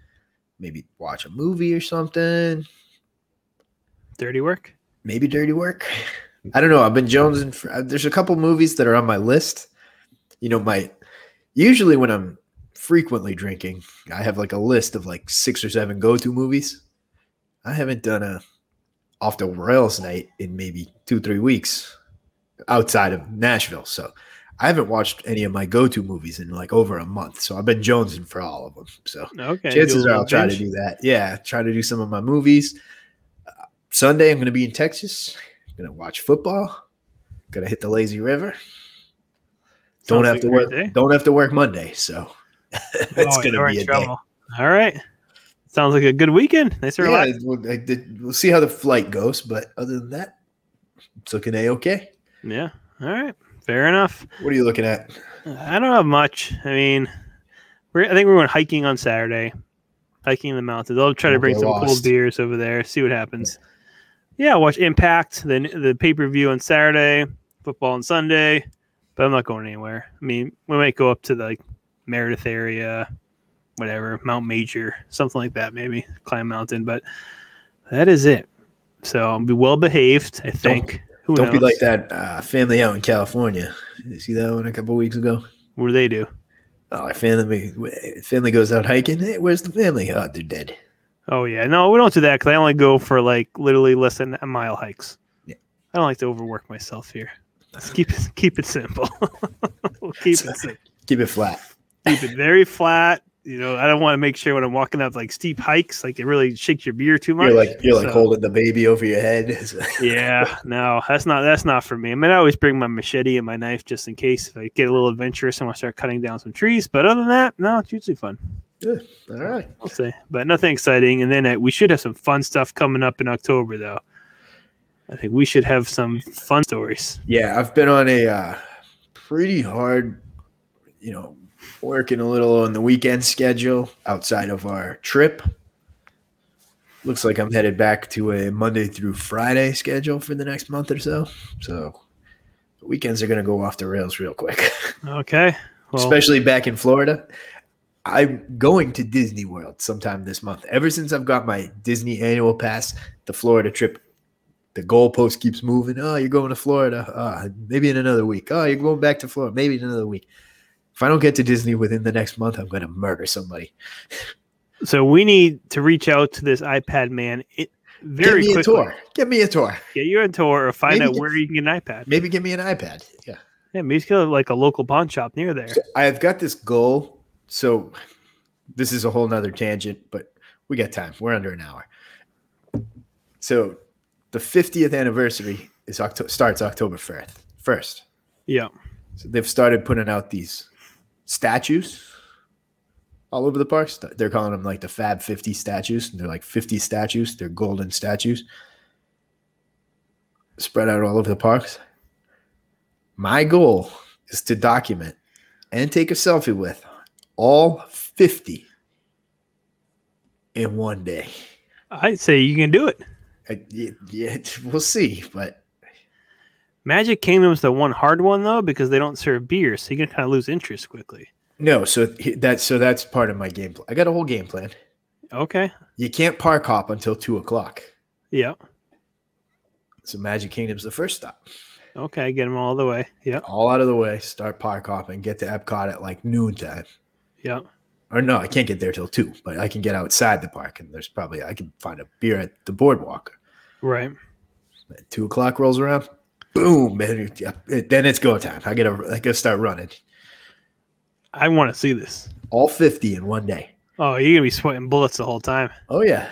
[SPEAKER 3] Maybe watch a movie or something.
[SPEAKER 1] Dirty work.
[SPEAKER 3] Maybe Dirty Work. I don't know. I've been jonesing. For, uh, there's a couple movies that are on my list. You know, my usually when I'm frequently drinking, I have like a list of like six or seven go to movies. I haven't done a off the rails night in maybe two, three weeks outside of Nashville. So I haven't watched any of my go to movies in like over a month. So I've been jonesing for all of them. So
[SPEAKER 1] Okay.
[SPEAKER 3] chances
[SPEAKER 1] do a
[SPEAKER 3] are I'll
[SPEAKER 1] little
[SPEAKER 3] try to
[SPEAKER 1] binge.
[SPEAKER 3] do that. Yeah, try to do some of my movies. Uh, Sunday, I'm going to be in Texas. going to watch football. Going to hit the lazy river. don't
[SPEAKER 1] Sounds
[SPEAKER 3] have
[SPEAKER 1] like
[SPEAKER 3] to
[SPEAKER 1] a great
[SPEAKER 3] work.
[SPEAKER 1] day.
[SPEAKER 3] Don't have to work Monday. So [laughs]
[SPEAKER 1] [laughs]
[SPEAKER 3] it's
[SPEAKER 1] Oh,
[SPEAKER 3] going
[SPEAKER 1] you're
[SPEAKER 3] to
[SPEAKER 1] in
[SPEAKER 3] be a day.
[SPEAKER 1] trouble. All right. Sounds like a good weekend. Nice and
[SPEAKER 3] Yeah,
[SPEAKER 1] relaxed.
[SPEAKER 3] we'll, I did- we'll see how the flight goes, but other than that, it's looking a okay.
[SPEAKER 1] Yeah. All right. Fair enough.
[SPEAKER 3] What are you looking at?
[SPEAKER 1] I don't have much. I mean, we're, I think we're going hiking on Saturday, hiking in the mountains. I'll try to
[SPEAKER 3] Don't
[SPEAKER 1] bring
[SPEAKER 3] get
[SPEAKER 1] some cold
[SPEAKER 3] lost.
[SPEAKER 1] beers over there, see what happens. Yeah, watch Impact, then the pay per view on Saturday, football on Sunday, but I'm not going anywhere. I mean, we might go up to the like, Meredith area, whatever, Mount Major, something like that, maybe climb a mountain, but that is it. So I'll be well behaved, I think. Who
[SPEAKER 3] Don't be
[SPEAKER 1] knows?
[SPEAKER 3] like that uh, family out in California. You see that one a couple weeks ago?
[SPEAKER 1] What do they do?
[SPEAKER 3] Oh, our family family goes out hiking. Hey, where's the family? Oh, they're dead.
[SPEAKER 1] Oh yeah, no, we don't do that because I only go for like literally less than a mile hikes.
[SPEAKER 3] Yeah.
[SPEAKER 1] I don't like to overwork myself here. Let's keep it [laughs] keep it simple. We'll keep it simple.
[SPEAKER 3] Keep it flat.
[SPEAKER 1] Keep it very flat. You know, I don't want to make sure when I'm walking up like steep hikes, like it really shakes your beer too much.
[SPEAKER 3] You're like you're like
[SPEAKER 1] So,
[SPEAKER 3] holding the baby over your head. [laughs]
[SPEAKER 1] Yeah, no, that's not that's not for me. I mean, I always bring my machete and my knife just in case if I get a little adventurous and want to start cutting down some trees. But other than that, no, it's usually fun.
[SPEAKER 3] All right.
[SPEAKER 1] I'll say, but nothing exciting. And then uh, we should have some fun stuff coming up in October, though. I think we should have some fun stories.
[SPEAKER 3] Yeah, I've been on a uh, pretty hard, you know, working a little on the weekend schedule outside of our trip. Looks like I'm headed back to a Monday through Friday schedule for the next month or so. So the weekends are going to go off the rails real quick, [laughs]
[SPEAKER 1] Okay. Well,
[SPEAKER 3] especially back in Florida. I'm going to Disney World sometime this month. Ever since I've got my Disney annual pass, the Florida trip, the goalpost keeps moving. Oh, you're going to Florida. Uh, maybe in another week. Oh, you're going back to Florida. Maybe in another week. If I don't get to Disney within the next month, I'm going to murder somebody.
[SPEAKER 1] so we need to reach out to this iPad man it, very
[SPEAKER 3] give me
[SPEAKER 1] quickly.
[SPEAKER 3] a tour. Give me a tour.
[SPEAKER 1] Get you a tour or find
[SPEAKER 3] Maybe
[SPEAKER 1] out
[SPEAKER 3] get-
[SPEAKER 1] where you can get an iPad.
[SPEAKER 3] Maybe give me an iPad. Yeah.
[SPEAKER 1] Yeah, maybe just go to like a local pawn shop near there.
[SPEAKER 3] I've got this goal so this is a whole nother tangent, but we got time. We're under an hour. So the 50th anniversary is Octo- starts October 1st. First,
[SPEAKER 1] Yeah.
[SPEAKER 3] so they've started putting out these statues all over the park. St- They're calling them like the Fab 50 statues. And they're like 50 statues. They're golden statues spread out all over the parks. My goal is to document and take a selfie with all 50 in one day.
[SPEAKER 1] I'd say you can do it.
[SPEAKER 3] I, yeah, yeah, we'll see, but
[SPEAKER 1] Magic Kingdom's the one hard one though, because they don't serve beer, so you can kind of lose interest quickly.
[SPEAKER 3] no. So that's so that's part of my game plan. I got a whole game plan.
[SPEAKER 1] Okay.
[SPEAKER 3] You can't park hop until two o'clock.
[SPEAKER 1] Yeah.
[SPEAKER 3] So Magic Kingdom's the first stop.
[SPEAKER 1] Okay. Get them all the way. Yeah.
[SPEAKER 3] All out of the way. Start park hopping. Get to Epcot at like noontime.
[SPEAKER 1] Yeah.
[SPEAKER 3] Or no, I can't get there till two, but I can get outside the park and there's probably I can find a beer at the boardwalk.
[SPEAKER 1] Right.
[SPEAKER 3] At two o'clock rolls around, boom, man. yeah, it- Then it's go time. I gotta I gotta start running.
[SPEAKER 1] I want to see this.
[SPEAKER 3] All fifty in one day.
[SPEAKER 1] Oh, you're gonna be sweating bullets the whole time.
[SPEAKER 3] Oh yeah.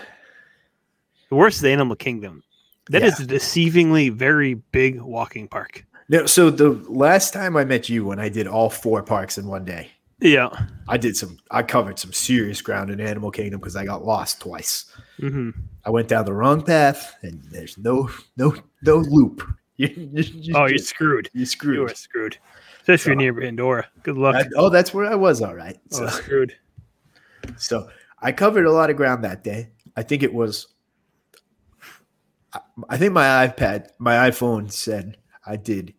[SPEAKER 1] The worst is the Animal Kingdom. That is
[SPEAKER 3] Yeah.
[SPEAKER 1] a deceivingly very big walking park.
[SPEAKER 3] No, so the last time I met you when I did all four parks in one day,
[SPEAKER 1] Yeah.
[SPEAKER 3] I did some I covered some serious ground in Animal Kingdom because I got lost twice.
[SPEAKER 1] hmm
[SPEAKER 3] I went down the wrong path, and there's no no no loop. [laughs] You, you, you,
[SPEAKER 1] Oh, you're screwed.
[SPEAKER 3] you
[SPEAKER 1] You are
[SPEAKER 3] screwed.
[SPEAKER 1] screwed. Especially if you're
[SPEAKER 3] So-
[SPEAKER 1] near Pandora. Good luck.
[SPEAKER 3] I- oh, that's where I was. All right. So,
[SPEAKER 1] Oh, screwed.
[SPEAKER 3] so I covered a lot of ground that day. I think it was. I- I think my iPad, my iPhone said I did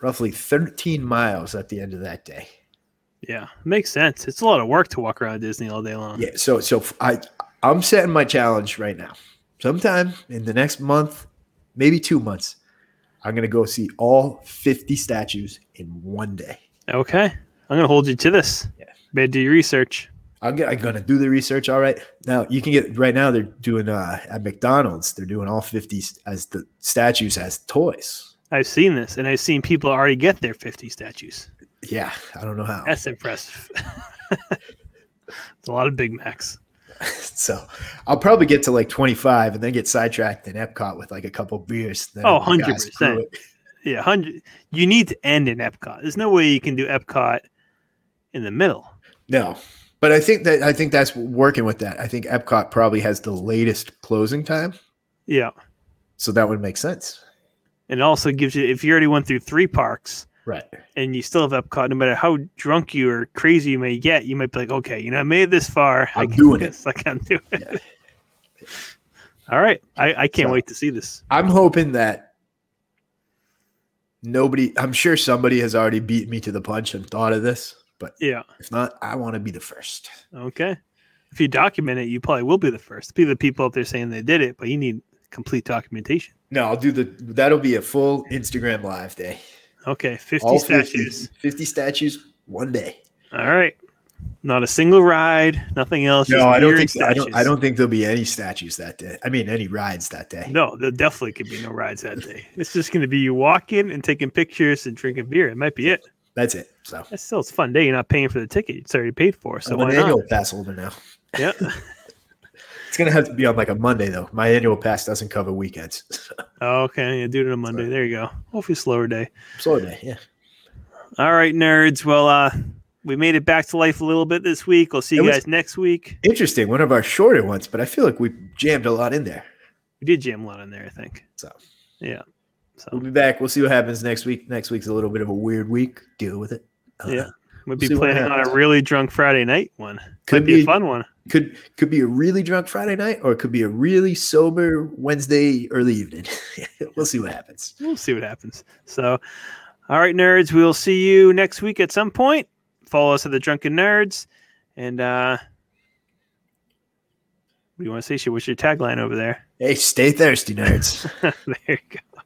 [SPEAKER 3] roughly 13 miles at the end of that day.
[SPEAKER 1] Yeah. Makes sense. It's a lot of work to walk around Disney all day long.
[SPEAKER 3] Yeah. So so I I'm setting my challenge right now. Sometime in the next month, maybe two months, I'm gonna go see all 50 statues in one day.
[SPEAKER 1] Okay. I'm gonna hold you to this.
[SPEAKER 3] Yeah.
[SPEAKER 1] Better do your research.
[SPEAKER 3] I'm gonna, I'm gonna do the research. All right. Now you can get right now. They're doing uh, at McDonald's. They're doing all 50 s- as the statues as toys.
[SPEAKER 1] I've seen this, and I've seen people already get their 50 statues.
[SPEAKER 3] Oh, Yeah, I don't
[SPEAKER 1] [laughs]
[SPEAKER 3] know how.
[SPEAKER 1] That's impressive. it's a lot of Big Macs.
[SPEAKER 3] so I'll probably get to like 25 and then get sidetracked in Epcot with like a couple beers. Then
[SPEAKER 1] Oh,
[SPEAKER 3] I'm like, ah,
[SPEAKER 1] 100%.
[SPEAKER 3] screw it.
[SPEAKER 1] Yeah, hundred. You need to end in Epcot. There's no way you can do Epcot in the middle.
[SPEAKER 3] No, but I think that I think that's working with that. I think Epcot probably has the latest closing time,
[SPEAKER 1] Yeah,
[SPEAKER 3] so that would make sense.
[SPEAKER 1] and it also gives you if you already went through three parks
[SPEAKER 3] Right.
[SPEAKER 1] and you still have Epcot, no matter how drunk you or crazy you may get, you might be like, okay, you know, I made it this far. I
[SPEAKER 3] I'm
[SPEAKER 1] can
[SPEAKER 3] doing
[SPEAKER 1] do
[SPEAKER 3] it.
[SPEAKER 1] this. I can do it. [laughs] All right, I, I can't
[SPEAKER 3] So-
[SPEAKER 1] wait to see this.
[SPEAKER 3] I'm hoping that nobody. I'm sure somebody has already beat me to the punch and thought of this, but
[SPEAKER 1] Yeah.
[SPEAKER 3] if not, I want to be the first.
[SPEAKER 1] Okay. If you document it, you probably will be the first. Be the people out there saying they did it, but you need complete documentation.
[SPEAKER 3] No, I'll do the. That'll be a full Instagram live day.
[SPEAKER 1] Okay, 50
[SPEAKER 3] All
[SPEAKER 1] statues.
[SPEAKER 3] 50 statues, one day.
[SPEAKER 1] All right. Not a single ride, nothing else.
[SPEAKER 3] No,
[SPEAKER 1] just
[SPEAKER 3] I don't
[SPEAKER 1] beer and
[SPEAKER 3] think I don't, I
[SPEAKER 1] statues.
[SPEAKER 3] don't think there'll be any statues that day. I mean, any rides that day.
[SPEAKER 1] No, there definitely could be no rides that day. It's just going to be you walking and taking pictures and drinking beer. It might be it.
[SPEAKER 3] That's it. So
[SPEAKER 1] That's still it's a fun day. You're not paying for the ticket. It's already paid for. So
[SPEAKER 3] I'm
[SPEAKER 1] why
[SPEAKER 3] an
[SPEAKER 1] not?
[SPEAKER 3] annual pass holder now.
[SPEAKER 1] Yeah.
[SPEAKER 3] It's gonna have to be on like a Monday though. My annual pass doesn't cover weekends. [laughs]
[SPEAKER 1] okay. Yeah, do it on a Monday. There you go. Hopefully, slower day.
[SPEAKER 3] Slow day, yeah.
[SPEAKER 1] All right, nerds. Well, uh, we made it back to life a little bit this week. We'll see you
[SPEAKER 3] It was-
[SPEAKER 1] guys next week.
[SPEAKER 3] Interesting, one of our shorter ones, but I feel like we jammed a lot in there.
[SPEAKER 1] We did jam a lot in there, I think.
[SPEAKER 3] So.
[SPEAKER 1] yeah. So
[SPEAKER 3] We'll be back. We'll see what happens next week. Next week's a little bit of a weird week. Deal with it. Uh, I don't
[SPEAKER 1] Yeah.
[SPEAKER 3] know.
[SPEAKER 1] we'll be
[SPEAKER 3] see what
[SPEAKER 1] planning on a
[SPEAKER 3] happens.
[SPEAKER 1] really drunk Friday night one. Could
[SPEAKER 3] Could
[SPEAKER 1] be, a
[SPEAKER 3] be-
[SPEAKER 1] fun one.
[SPEAKER 3] Could could be a really drunk Friday night, or it could be a really sober Wednesday early evening. [laughs] we'll see what happens.
[SPEAKER 1] We'll see what happens. So, all right, nerds, we'll see you next week at some point. Follow us at the Drunken Nerds, and uh, what do you want to say? Shay? What's your tagline over there? [laughs]
[SPEAKER 3] Hey, stay thirsty, nerds.
[SPEAKER 1] there you go.